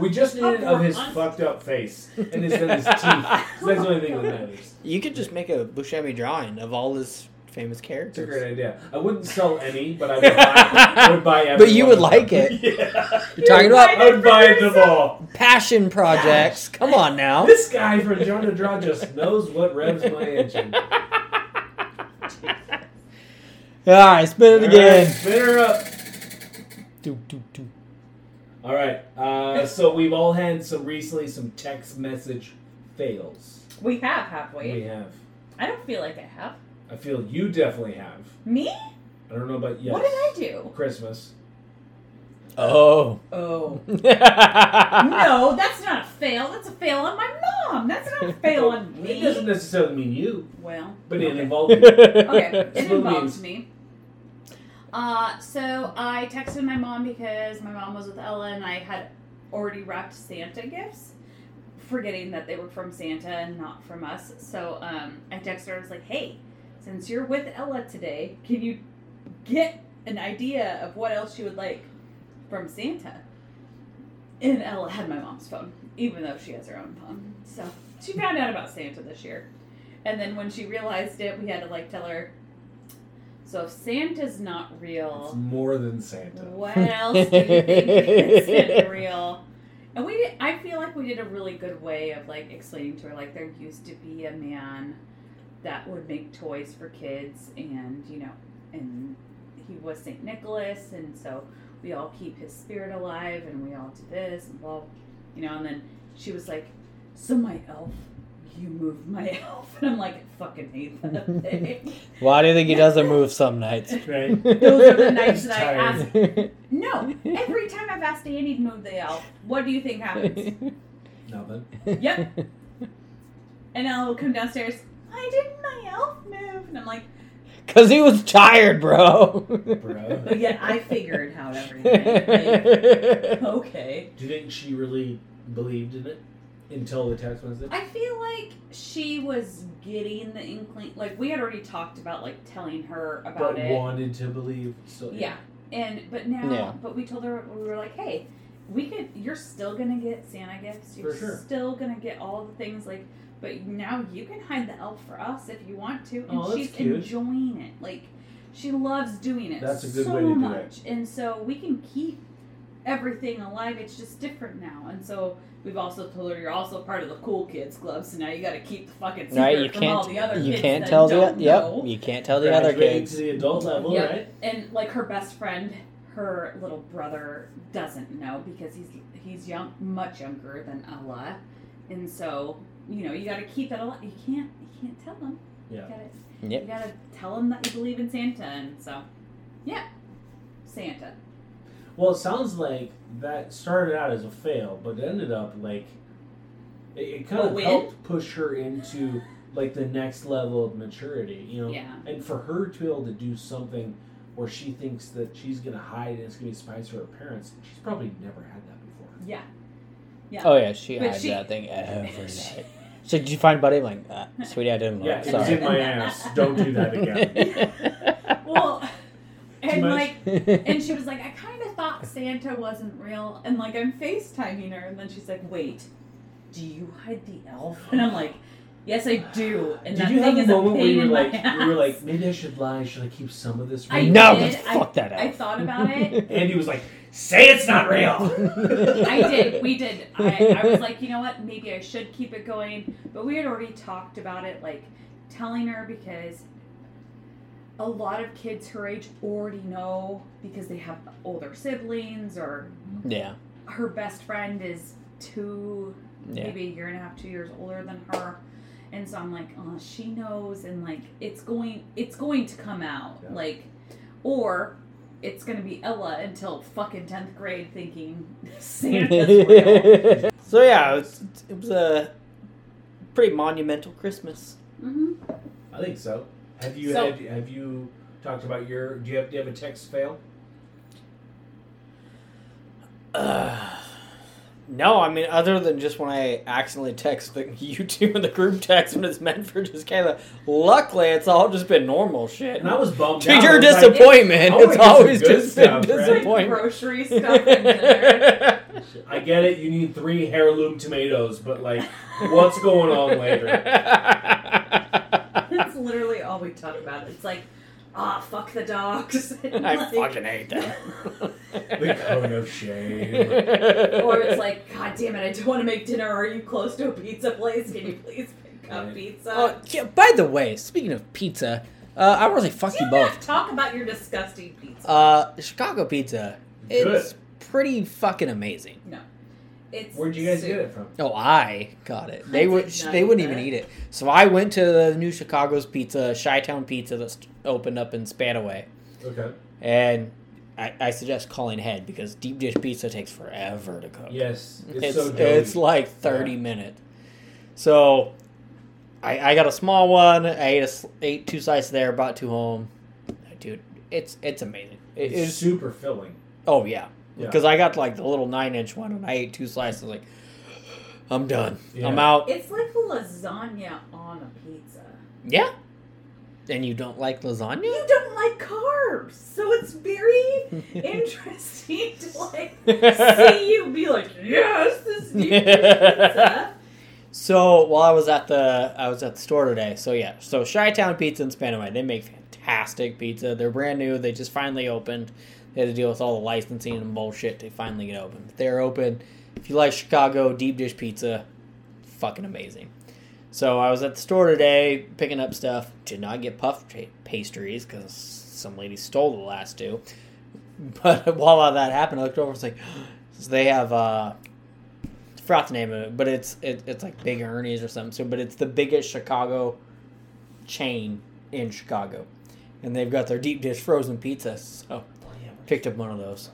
Speaker 3: We just
Speaker 4: A
Speaker 3: needed of his
Speaker 4: bronze?
Speaker 3: fucked up face and his, and his teeth. 'Cause That's the only thing that matters.
Speaker 2: <laughs> You could just make a Buscemi drawing of all his famous
Speaker 3: It's a
Speaker 2: characters.
Speaker 3: great idea. I wouldn't sell any, but I would buy, would buy
Speaker 2: <laughs>
Speaker 3: every
Speaker 2: But you
Speaker 3: one
Speaker 2: would
Speaker 3: of them.
Speaker 2: like it.
Speaker 3: <laughs> Yeah.
Speaker 2: You're talking about
Speaker 3: I would buy
Speaker 2: <laughs>
Speaker 3: them all.
Speaker 2: passion projects. Come on
Speaker 3: <laughs>
Speaker 2: now.
Speaker 3: This guy from John to Draw just knows what revs my engine.
Speaker 2: All right, spin it
Speaker 3: All right,
Speaker 2: again.
Speaker 3: spin her up.
Speaker 2: Do, do, do.
Speaker 3: All right. Uh, so we've all had some recently some text message fails.
Speaker 4: <laughs> We have, have we?
Speaker 3: We have.
Speaker 4: I don't feel like I have.
Speaker 3: I feel you definitely have.
Speaker 4: Me?
Speaker 3: I don't know about yes.
Speaker 4: What did I do?
Speaker 3: Christmas.
Speaker 2: <laughs> Oh.
Speaker 4: Oh.
Speaker 2: no.
Speaker 4: <laughs> No, that's not a fail. That's a fail on my mom. That's not a fail on
Speaker 3: <laughs> It doesn't
Speaker 4: me.
Speaker 3: necessarily mean you,
Speaker 4: Well,
Speaker 3: but it
Speaker 4: <laughs> Okay.
Speaker 3: involved you.
Speaker 4: okay, it
Speaker 3: Smooth
Speaker 4: involves me. Uh, so I texted my mom because my mom was with Ella and I had already wrapped Santa gifts, forgetting that they were from Santa and not from us. So um, I texted her, I was like, hey, since you're with Ella today, can you get an idea of what else she would like from Santa? And Ella had my mom's phone, even though she has her own phone. So she found out about Santa this year. And then when she realized it, we had to like tell her. So if Santa's not
Speaker 3: It's
Speaker 4: real,
Speaker 3: more than Santa.
Speaker 4: what else do you think is real? And we did, I feel like we did a really good way of like explaining to her like there used to be a man that would make toys for kids and you know and he was Saint Nicholas and so we all keep his spirit alive and we all do this and blah you know and then she was like so my elf you moved my <laughs> elf and I'm like I fucking hate that thing
Speaker 5: Why do you think he doesn't move some nights?
Speaker 3: Right.
Speaker 4: those are the
Speaker 2: <laughs>
Speaker 4: nights that I
Speaker 3: Tired.
Speaker 4: asked no. Every time I've asked Andy to move the elf, what do you
Speaker 2: <laughs>
Speaker 4: think happens?
Speaker 3: Nothing.
Speaker 4: Yep. And Elle will come downstairs. I didn't my elf move, and I'm like,
Speaker 5: Cause he was tired, bro.
Speaker 3: Bro.
Speaker 4: <laughs> but yeah, I figured out
Speaker 2: <laughs>
Speaker 4: everything. Like, okay.
Speaker 3: Do you think she really believed in it until the text message?
Speaker 4: I feel like she was getting the inkling. Like we had already talked about like telling her about
Speaker 3: but
Speaker 4: it.
Speaker 3: wanted to believe. So
Speaker 4: Yeah. And but now,
Speaker 5: Yeah.
Speaker 4: but we told her we were like, hey, we could. You're still gonna get Santa gifts. You're
Speaker 3: For sure.
Speaker 4: still gonna get all the things like. But now you can hide the elf for us if you want to, and
Speaker 3: Aw, Oh, that's
Speaker 4: she's
Speaker 3: cute.
Speaker 4: enjoying it. Like she loves doing it.
Speaker 3: That's a good
Speaker 4: so
Speaker 3: way to do it.
Speaker 4: much, and so we can keep everything alive. It's just different now, and so. We've also told her you're also part of the cool kids club, so now you got to keep the fucking secret
Speaker 5: right, you
Speaker 4: from all the other
Speaker 5: can't. You
Speaker 4: kids
Speaker 5: can't
Speaker 4: that
Speaker 5: tell the.
Speaker 4: don't know.
Speaker 5: Yep. You can't tell the other
Speaker 3: Graduating
Speaker 5: kids.
Speaker 3: to the adult level,
Speaker 4: Yep.
Speaker 3: right?
Speaker 4: and like her best friend her little brother doesn't know because he's he's young much younger than ella and so you know you got to keep it alive you can't you can't tell them you
Speaker 3: Yeah.
Speaker 4: gotta, you
Speaker 5: Yep.
Speaker 4: gotta tell them that you believe in santa and so yeah santa
Speaker 3: Well, it sounds like that started out as a fail, but it ended up like it, it kind
Speaker 4: A
Speaker 3: of
Speaker 4: win?
Speaker 3: helped push her into like the next level of maturity, you know.
Speaker 4: yeah
Speaker 3: And for her to be able to do something where she thinks that she's gonna hide and it's gonna be spies for her parents, she's probably never had that before.
Speaker 4: yeah
Speaker 5: Oh yeah, she
Speaker 4: But
Speaker 5: hides
Speaker 4: she-
Speaker 5: that thing
Speaker 4: <laughs>
Speaker 5: every night. So did you find Buddy? I'm like, ah, sweetie, I didn't look.
Speaker 3: Yeah, it was
Speaker 5: Sorry.
Speaker 3: in <laughs> my ass. Don't do that again.
Speaker 4: <laughs> well and
Speaker 3: much?
Speaker 4: like and she was like, I kind of thought Santa wasn't real, and like I'm FaceTiming her, and then she's like, Wait, do you hide the elf? And I'm like, Yes, I do. <laughs> And
Speaker 3: Did
Speaker 4: that
Speaker 3: you have
Speaker 4: thing
Speaker 3: a
Speaker 4: is a
Speaker 3: moment where
Speaker 4: pain
Speaker 3: you were
Speaker 4: in my
Speaker 3: like, you were
Speaker 4: ass."
Speaker 3: like, maybe I should lie? Should I keep some of this?
Speaker 4: I
Speaker 3: real?"
Speaker 5: no,
Speaker 4: did.
Speaker 5: but fuck that
Speaker 4: I
Speaker 5: elf.
Speaker 4: thought
Speaker 3: <laughs>
Speaker 4: about it.
Speaker 3: Andy was like, say it's not real.
Speaker 4: I did. We did. I, I was like, you know what? Maybe I should keep it going. But we had already talked about it, like telling her because a lot of kids her age already know because they have older siblings or
Speaker 5: yeah,
Speaker 4: her best friend is two,
Speaker 5: yeah.
Speaker 4: maybe a year and a half, two years older than her. And so I'm like, oh, she knows, and like it's going, it's going to come out,
Speaker 3: Yeah.
Speaker 4: like, or it's gonna be Ella until fucking tenth grade, thinking
Speaker 2: <laughs>
Speaker 4: Santa's real.
Speaker 5: <laughs>
Speaker 2: So yeah, it was, it was a pretty monumental Christmas.
Speaker 4: hmm
Speaker 3: I think so. Have you
Speaker 4: So-
Speaker 3: had, have you talked about your? Do you have do you have a text fail?
Speaker 2: Uh, <sighs> no, I mean other than just when I accidentally text the, <laughs> you two in the group text when it's meant for just kind of. Luckily, it's all just been normal shit.
Speaker 3: And
Speaker 2: <laughs>
Speaker 3: I was bummed.
Speaker 2: to
Speaker 3: out. I
Speaker 2: your
Speaker 3: was like,
Speaker 2: disappointment,
Speaker 3: I wanna
Speaker 2: it's
Speaker 3: get some
Speaker 2: always
Speaker 3: good
Speaker 2: just
Speaker 3: stuff,
Speaker 2: been
Speaker 3: right?
Speaker 4: Like
Speaker 2: disappointment.
Speaker 4: grocery stuff
Speaker 2: <laughs>
Speaker 4: in there.
Speaker 3: I get it. You need three heirloom tomatoes, but like, what's going on
Speaker 4: <laughs>
Speaker 3: later?
Speaker 4: That's literally all we talk about. It's like, ah, fuck the dogs. <laughs>
Speaker 2: I
Speaker 4: Like-
Speaker 2: fucking hate them.
Speaker 3: The cone of oh, shame.
Speaker 4: or
Speaker 2: <laughs>
Speaker 4: it's like, God damn it, I don't want to make dinner. Are you close to a pizza place? Can you please pick up
Speaker 3: Right.
Speaker 4: pizza?
Speaker 5: Oh, yeah, by the way, speaking of pizza, uh, I want to say fuck
Speaker 4: Do
Speaker 5: you
Speaker 4: you
Speaker 5: both.
Speaker 4: not talk about your disgusting pizza?
Speaker 5: Uh, Chicago pizza. It's
Speaker 3: Good.
Speaker 5: pretty fucking amazing.
Speaker 4: It's
Speaker 3: Where'd you guys
Speaker 4: soup.
Speaker 3: get it from?
Speaker 5: Oh, I got it. They
Speaker 4: I
Speaker 5: would.
Speaker 4: did not
Speaker 5: They
Speaker 4: eat
Speaker 5: wouldn't even
Speaker 4: that.
Speaker 5: eat it. So I went to the new Chicago's Pizza, Chi Town Pizza, that's opened up in Spanaway,
Speaker 3: Okay.
Speaker 5: and I, I suggest calling ahead because deep dish pizza takes forever to cook.
Speaker 3: Yes, it's,
Speaker 5: It's
Speaker 3: so
Speaker 5: it's,
Speaker 3: doughy.
Speaker 5: like thirty
Speaker 3: Yeah.
Speaker 5: minutes. So, I I got a small one. I ate a, s- ate two slices there, brought two home. Dude,
Speaker 2: it's it's amazing. It
Speaker 3: It's
Speaker 2: is.
Speaker 3: super filling.
Speaker 2: Oh yeah,
Speaker 3: Yeah.
Speaker 2: because I got like the little nine inch one, and I ate two slices. Like, I'm done. I'm
Speaker 3: Yeah.
Speaker 2: out.
Speaker 4: It's like lasagna on a pizza.
Speaker 2: Yeah. And you don't like lasagna?
Speaker 4: You don't like carbs, so
Speaker 5: <laughs>
Speaker 4: it's very interesting to like see you be like, yes, this is new pizza.
Speaker 2: So while I was at the I was at the store today. So yeah, so Chi Town Pizza in Spanaway, they make fantastic pizza. They're brand new. They just finally opened. They had to deal with all the licensing and bullshit. They finally get open. But they're open. If you like Chicago deep dish pizza, fucking amazing. So I was at the store today picking up stuff. Did not get puff ta- pastries because some lady stole the last two. <laughs> But while all that happened, I looked over and was like, <gasps> so they have uh, forgot the name of it, but it's it, it's like Big Ernie's or something. So, but it's the biggest Chicago chain in Chicago, and they've got their deep dish frozen pizza. So, picked up one of those.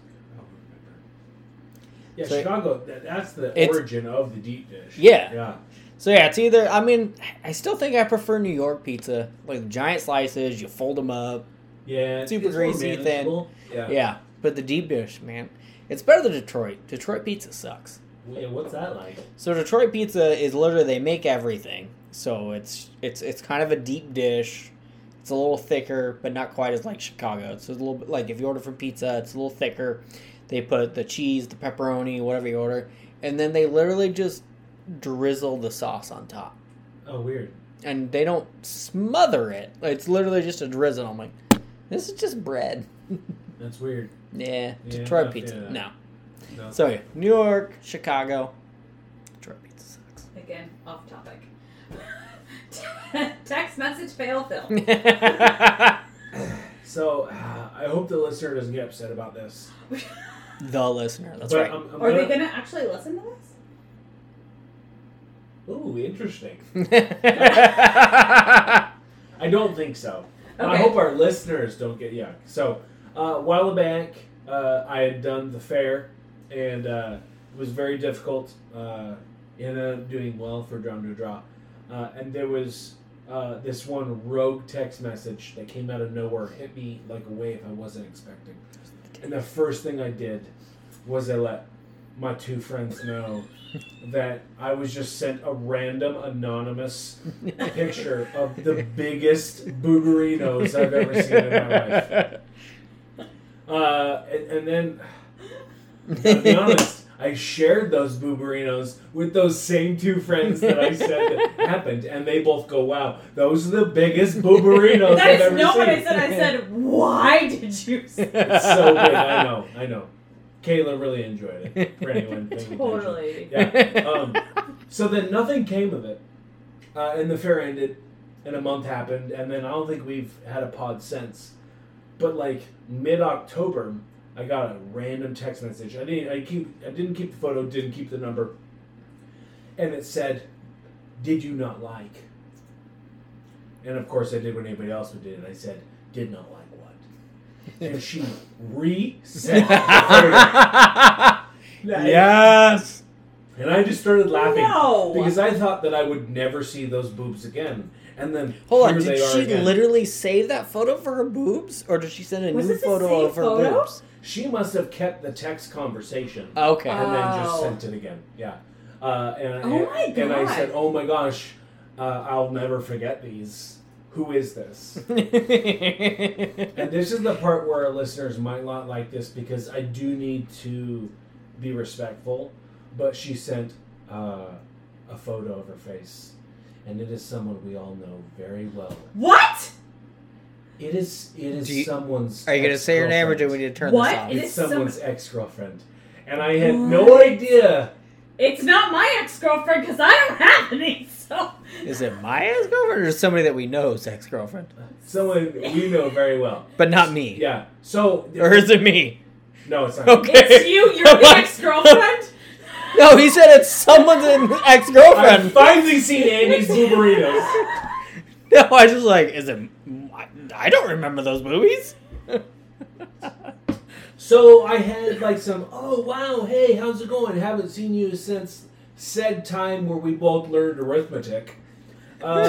Speaker 3: Yeah,
Speaker 2: So-
Speaker 3: Chicago. That, that's the
Speaker 2: It's-
Speaker 3: origin of the deep dish.
Speaker 2: Yeah.
Speaker 3: Yeah.
Speaker 2: So yeah, it's either. I mean, I still think I prefer New York pizza, like the giant slices. You fold them up.
Speaker 3: Yeah. it's-
Speaker 2: Super
Speaker 3: it's more
Speaker 2: greasy, thin.
Speaker 3: manageable. Yeah.
Speaker 2: Yeah, but the deep dish, man, it's better than Detroit. Detroit pizza sucks.
Speaker 3: Wait, what's that like?
Speaker 2: So Detroit pizza is literally they make everything. So it's it's it's kind of a deep dish. It's a little thicker, but not quite as like Chicago. It's a little bit like if you order from pizza, it's a little thicker. They put the cheese, the pepperoni, whatever you order, and then they literally just drizzle the sauce on top.
Speaker 3: Oh, weird.
Speaker 2: And they don't smother it. It's literally just a drizzle. I'm like, this is just bread.
Speaker 3: That's weird.
Speaker 2: Yeah,
Speaker 3: Yeah,
Speaker 2: Detroit
Speaker 3: yeah.
Speaker 2: pizza. No.
Speaker 3: No.
Speaker 2: So yeah, New York, Chicago, Detroit pizza sucks.
Speaker 4: Again, off topic. <laughs> Text message
Speaker 3: <laughs>
Speaker 4: fail
Speaker 2: <laughs>
Speaker 4: film.
Speaker 2: the
Speaker 3: So, uh, I hope the listener doesn't get upset about this.
Speaker 2: listener. That's
Speaker 3: But
Speaker 2: right.
Speaker 3: I'm, I'm
Speaker 4: Are they
Speaker 3: gonna-
Speaker 4: gonna actually listen to this?
Speaker 3: Ooh, interesting. um,
Speaker 2: <laughs>
Speaker 3: <laughs>
Speaker 2: yeah,
Speaker 3: I don't think so. I
Speaker 4: Okay.
Speaker 3: hope our listeners don't get yuck. So, uh, a while back, uh, I had done the fair, and uh, it was very difficult. Uh, ended up doing well for Drum to Draw. Uh, and there was uh, this one rogue text message that came out of nowhere, hit me like a wave I wasn't expecting. And the first thing I did was I let my two friends know that I was just sent a random anonymous picture of the biggest booberinos I've ever seen in my life. Uh, and, and then, uh, to be honest, I shared those booberinos with those same two friends that I said
Speaker 4: <laughs>
Speaker 3: that happened, and they both go, "Wow, those are the biggest booberinos
Speaker 4: That
Speaker 3: Oh, I've
Speaker 4: is
Speaker 3: ever
Speaker 4: not what I
Speaker 3: seen."
Speaker 4: said. I said, why
Speaker 3: <laughs>
Speaker 4: did you say
Speaker 3: It's so big. I
Speaker 2: <laughs>
Speaker 3: know. I know. Kayla really enjoyed it. For
Speaker 4: <laughs>
Speaker 3: anyone, paying attention.
Speaker 4: totally?
Speaker 3: Yeah. Um, so then nothing came of it, uh, and the fair ended, and a month happened, and then I don't think we've had a pod since. But like mid October, I got a random text message. I didn't. I keep. I didn't keep the photo. Didn't keep the number. And it said, "Did you not like?" And of course, I did what anybody else would do, and I said, "Did not like what?" And she reset. the photo.
Speaker 2: yes.
Speaker 3: And I just started laughing
Speaker 4: No.
Speaker 3: because I thought that I would never see those boobs again. And then
Speaker 2: Hold on.
Speaker 3: here
Speaker 2: Did
Speaker 3: they are
Speaker 2: she
Speaker 3: again.
Speaker 2: literally save that photo for her boobs, or did she send a
Speaker 4: Was
Speaker 2: new
Speaker 4: it the
Speaker 2: photo
Speaker 4: same
Speaker 2: of her
Speaker 4: photo?
Speaker 2: boobs?
Speaker 3: She must have kept the text conversation
Speaker 2: Okay.
Speaker 4: Uh,
Speaker 3: and then just
Speaker 4: Oh.
Speaker 3: sent it again. Yeah. Uh, and,
Speaker 4: Oh
Speaker 3: and,
Speaker 4: my
Speaker 3: and I
Speaker 4: God.
Speaker 3: said, "Oh my gosh, uh, I'll never forget these. Who is this?"
Speaker 4: <laughs>
Speaker 3: and this is the part where our listeners might not like this because I do need to be respectful. But she sent uh, a photo of her face, and it is someone we all know very well.
Speaker 4: What?
Speaker 3: It is. It is
Speaker 2: Do you- <laughs>
Speaker 3: someone's.
Speaker 2: Are you gonna say her name, or do we
Speaker 3: ex-girlfriend.
Speaker 2: need to turn
Speaker 4: What?
Speaker 2: this off?
Speaker 4: It
Speaker 3: It's
Speaker 4: is some-
Speaker 3: someone's ex-girlfriend, and I had no
Speaker 4: What?
Speaker 3: idea.
Speaker 4: It's not my ex girlfriend because I don't have any. So
Speaker 2: Is it my ex girlfriend, or somebody that we know's ex girlfriend,
Speaker 3: Someone we know very well.
Speaker 2: but not me?
Speaker 3: Yeah. So.
Speaker 2: <laughs> Or is it me?
Speaker 3: No, it's not.
Speaker 2: Okay.
Speaker 4: it's you.
Speaker 3: <laughs>
Speaker 4: You're the ex girlfriend.
Speaker 2: No, he said it's someone's <laughs> ex
Speaker 3: I've
Speaker 2: girlfriend.
Speaker 3: finally seen Andy's blue burritos.
Speaker 4: <laughs>
Speaker 2: <laughs> No, I just like, is it? I- I don't remember those movies.
Speaker 3: So I had like some, oh wow, hey, how's it going? Haven't seen you since said time where we both learned arithmetic. Uh,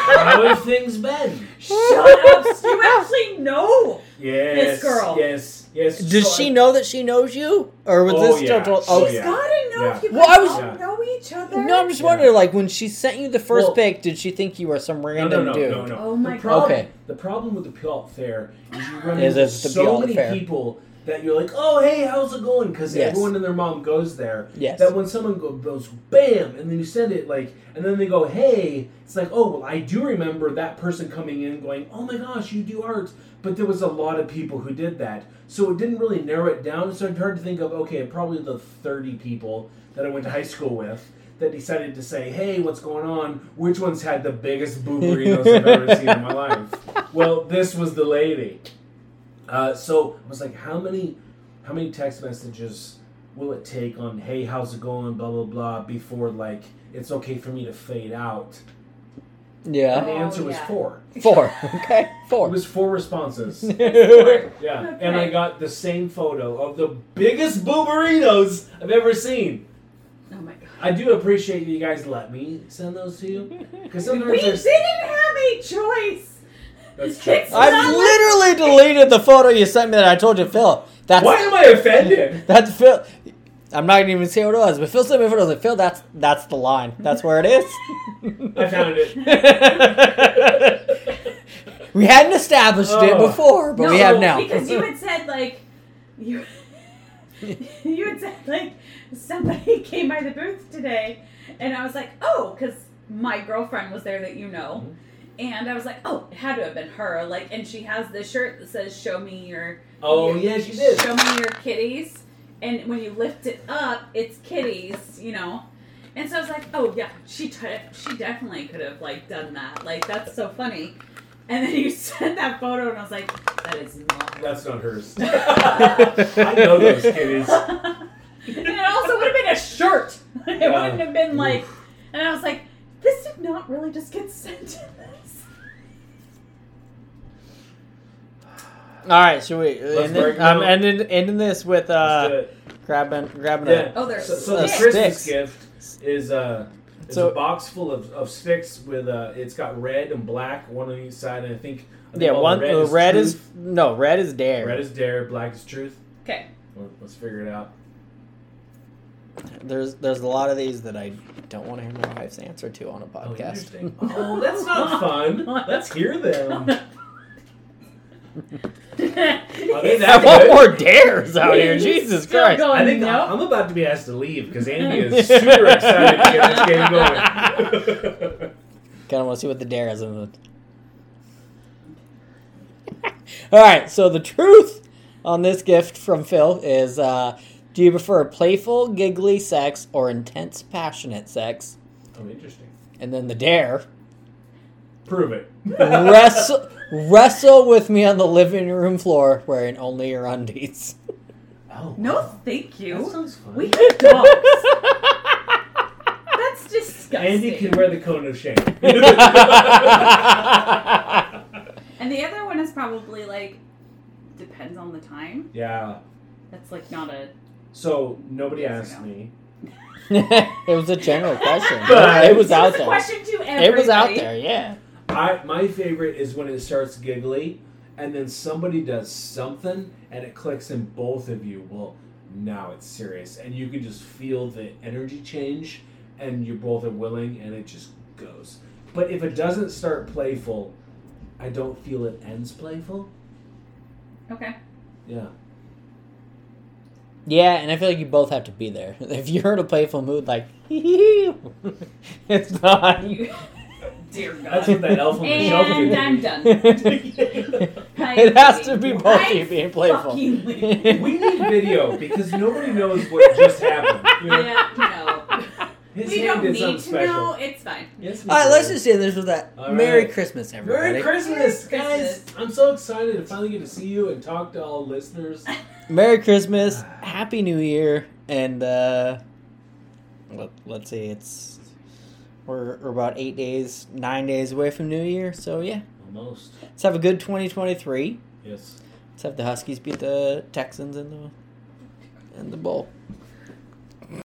Speaker 3: how have things been?
Speaker 4: Shut up. You actually know.
Speaker 3: Yes.
Speaker 4: girl.
Speaker 3: Yes. Yes.
Speaker 2: Does
Speaker 3: So
Speaker 2: she
Speaker 3: I-
Speaker 2: know that she knows you, or was
Speaker 3: Oh,
Speaker 2: this
Speaker 3: yeah.
Speaker 2: still told?
Speaker 3: Oh,
Speaker 2: Oh,
Speaker 3: yeah.
Speaker 4: gotta know
Speaker 3: Yeah.
Speaker 4: if you
Speaker 2: Well,
Speaker 4: guys
Speaker 2: I was-
Speaker 4: all
Speaker 3: Yeah.
Speaker 4: know each other.
Speaker 2: no, I'm just
Speaker 3: Yeah.
Speaker 2: wondering, like when she sent you the first
Speaker 3: Well-
Speaker 2: pic, did she think you were some
Speaker 3: No,
Speaker 2: random
Speaker 3: no, no,
Speaker 2: dude?
Speaker 3: no, no.
Speaker 4: Oh my
Speaker 3: the problem,
Speaker 2: Okay.
Speaker 3: The problem with the Puyallup Fair is you run
Speaker 2: Is
Speaker 3: into
Speaker 2: it's the
Speaker 3: so
Speaker 2: Puyallup
Speaker 3: many
Speaker 2: Fair.
Speaker 3: people that you're like, oh hey, how's it going? Because
Speaker 2: Yes.
Speaker 3: everyone and their mom goes there.
Speaker 2: Yes.
Speaker 3: That when someone go- goes bam, and then you send it like, and then they go hey, it's like oh well, I do remember that person coming in going, oh my gosh, you do art. But there was a lot of people who did that, so it didn't really narrow it down. So I started to think of okay, probably the thirty people that I went to high school with. That decided to say, "Hey, what's going on? Which one's had the biggest boo burritos I've ever seen in my life?" Well, this was the lady. Uh, so I was like, how many, how many text messages will it take on, hey, how's it going, blah blah blah, before like it's okay for me to fade out? And
Speaker 2: Yeah,
Speaker 3: the
Speaker 4: Oh,
Speaker 3: answer was
Speaker 4: yeah.
Speaker 3: four.
Speaker 2: four. <laughs> Okay,
Speaker 3: It
Speaker 2: four.
Speaker 3: was four responses.
Speaker 2: <laughs>
Speaker 4: Four.
Speaker 3: Yeah,
Speaker 4: Okay.
Speaker 3: and I got the same photo of the biggest boo burritos I've ever seen.
Speaker 4: Oh my god.
Speaker 3: I do appreciate you guys let me send those to you because sometimes
Speaker 4: <laughs> We
Speaker 3: there's-
Speaker 4: didn't have a choice.
Speaker 3: that's true.
Speaker 4: It's
Speaker 2: I've
Speaker 4: not-
Speaker 2: literally deleted the photo you sent me that I told you, Phil. That's
Speaker 3: Why am I offended?
Speaker 2: that's Phil. I'm not gonna even say what it was, but Phil sent me a photo. I was like, Phil, that's that's the line. That's where it
Speaker 3: I found
Speaker 4: <laughs>
Speaker 3: it.
Speaker 2: is. <laughs> we hadn't established it
Speaker 3: Oh.
Speaker 2: before, but we have now.
Speaker 4: Because
Speaker 2: <laughs>
Speaker 4: you had said like you <laughs> you had said like somebody <laughs> came by the booth today and I was like, Oh, because my girlfriend was there that you know. And I was like, Oh, it had to have been her, like and she has this shirt that says Show me your
Speaker 3: Oh
Speaker 4: your-
Speaker 3: yes, you did.
Speaker 4: Show me your kitties. And when you lift it up, it's kitties, you know. And so I was like, oh yeah, she t- she definitely could have like done that. Like that's so funny. And then you <laughs> sent that photo, and I was like, that is
Speaker 3: <laughs>
Speaker 4: not.
Speaker 3: That's not
Speaker 4: <laughs>
Speaker 3: hers. I know those kitties.
Speaker 4: and it also would have been a shirt. <laughs> It
Speaker 3: Yeah.
Speaker 4: wouldn't have been like. And I was like, this did not really just get <laughs> sent to this.
Speaker 2: All right, should we?
Speaker 3: Let's
Speaker 2: End
Speaker 3: break
Speaker 2: it,
Speaker 3: it
Speaker 2: I'm
Speaker 3: up.
Speaker 2: ending ending this with
Speaker 3: Let's do
Speaker 2: uh
Speaker 3: it.
Speaker 2: grabbing grabbing
Speaker 3: Yeah.
Speaker 2: a
Speaker 4: Oh, there's
Speaker 3: so, so the
Speaker 4: sticks.
Speaker 3: Christmas
Speaker 2: Sticks.
Speaker 3: gift is uh, is
Speaker 2: So-
Speaker 3: a box full of, of sticks with uh, it's got red and black one on each side, and I think, I think
Speaker 2: yeah
Speaker 3: all the
Speaker 2: one. uh, Red, is,
Speaker 3: truth,
Speaker 2: no red is dare.
Speaker 3: red is dare, black is truth.
Speaker 4: Okay.
Speaker 3: Well, let's figure it out.
Speaker 2: There's there's a lot of these that I don't want to hear my wife's answer to on a
Speaker 3: Oh,
Speaker 2: podcast. <laughs>
Speaker 3: interesting. Oh, that's not
Speaker 4: <laughs>
Speaker 3: fun. Let's hear them. I think
Speaker 2: I
Speaker 4: <laughs>
Speaker 3: that
Speaker 2: want
Speaker 3: one.
Speaker 2: more dares out
Speaker 3: <laughs>
Speaker 2: here. Jesus
Speaker 4: Still
Speaker 2: Christ.
Speaker 4: going,
Speaker 3: I think
Speaker 4: Oh, no.
Speaker 3: I'm about to be asked to leave because Andy
Speaker 2: <laughs>
Speaker 3: is super excited to get this game
Speaker 4: <laughs>
Speaker 3: going. <laughs>
Speaker 2: Kind of want to see what the dare is. In the... <laughs> All right, so the truth on this gift from Phil is: uh, Do you prefer playful, giggly sex or intense, passionate sex?
Speaker 3: oh, interesting.
Speaker 2: And then the dare:
Speaker 3: Prove it.
Speaker 2: wrestle, wrestle with me on the living room floor wearing only your undies. <laughs>
Speaker 3: Oh, <laughs>
Speaker 4: No, thank
Speaker 3: That
Speaker 4: you.
Speaker 3: sounds fun.
Speaker 4: We have <laughs> dogs. That's disgusting.
Speaker 3: Andy can wear the cone of shame.
Speaker 4: And the other one is probably like depends on the time.
Speaker 3: yeah.
Speaker 4: That's like not a
Speaker 3: So nobody asked me.
Speaker 2: it was a
Speaker 4: <laughs>
Speaker 2: general question.
Speaker 3: But-
Speaker 2: it was out
Speaker 4: It's a
Speaker 2: there.
Speaker 4: question to everybody.
Speaker 2: It was out there. Yeah.
Speaker 3: I my favorite is when it starts giggly, and then somebody does something, and it clicks in both of you. Well, now it's serious, and you can just feel the energy change, and you both are willing, and it just goes. But if it doesn't start playful, I don't feel it ends playful.
Speaker 4: Okay.
Speaker 3: Yeah.
Speaker 2: Yeah, and I feel like you both have to be there. <laughs> If you're in a playful mood, like <laughs> it's not.
Speaker 4: You, dear God.
Speaker 3: That's what that elf on the shelf
Speaker 4: <laughs> and
Speaker 3: did.
Speaker 2: <laughs>
Speaker 4: I'm <laughs> done. I
Speaker 2: it has to be
Speaker 4: leave.
Speaker 2: both
Speaker 4: I
Speaker 2: of you being playful.
Speaker 4: fucking
Speaker 2: <laughs>
Speaker 4: leave.
Speaker 3: We need video because nobody knows what just happened. You know?
Speaker 4: <laughs> <laughs> Yeah, no. <laughs>
Speaker 3: His
Speaker 4: We
Speaker 3: hand
Speaker 4: don't
Speaker 3: did
Speaker 4: need
Speaker 3: something
Speaker 4: to
Speaker 3: special.
Speaker 4: know. It's fine.
Speaker 3: Yes, we
Speaker 2: All right, let's
Speaker 3: do.
Speaker 2: just end this with that.
Speaker 3: All
Speaker 2: Merry
Speaker 3: right.
Speaker 2: Christmas, everybody.
Speaker 3: Merry Christmas,
Speaker 4: Merry
Speaker 3: guys!
Speaker 4: Christmas.
Speaker 3: I'm so excited to finally get to see you and talk to all listeners.
Speaker 2: Merry Christmas, Happy New Year, and uh, let, let's see, it's we're, we're about eight days, nine days away from New Year. So yeah,
Speaker 3: Almost.
Speaker 2: let's have a good 2023.
Speaker 3: Yes.
Speaker 2: Let's have the Huskies beat the Texans in the in the bowl.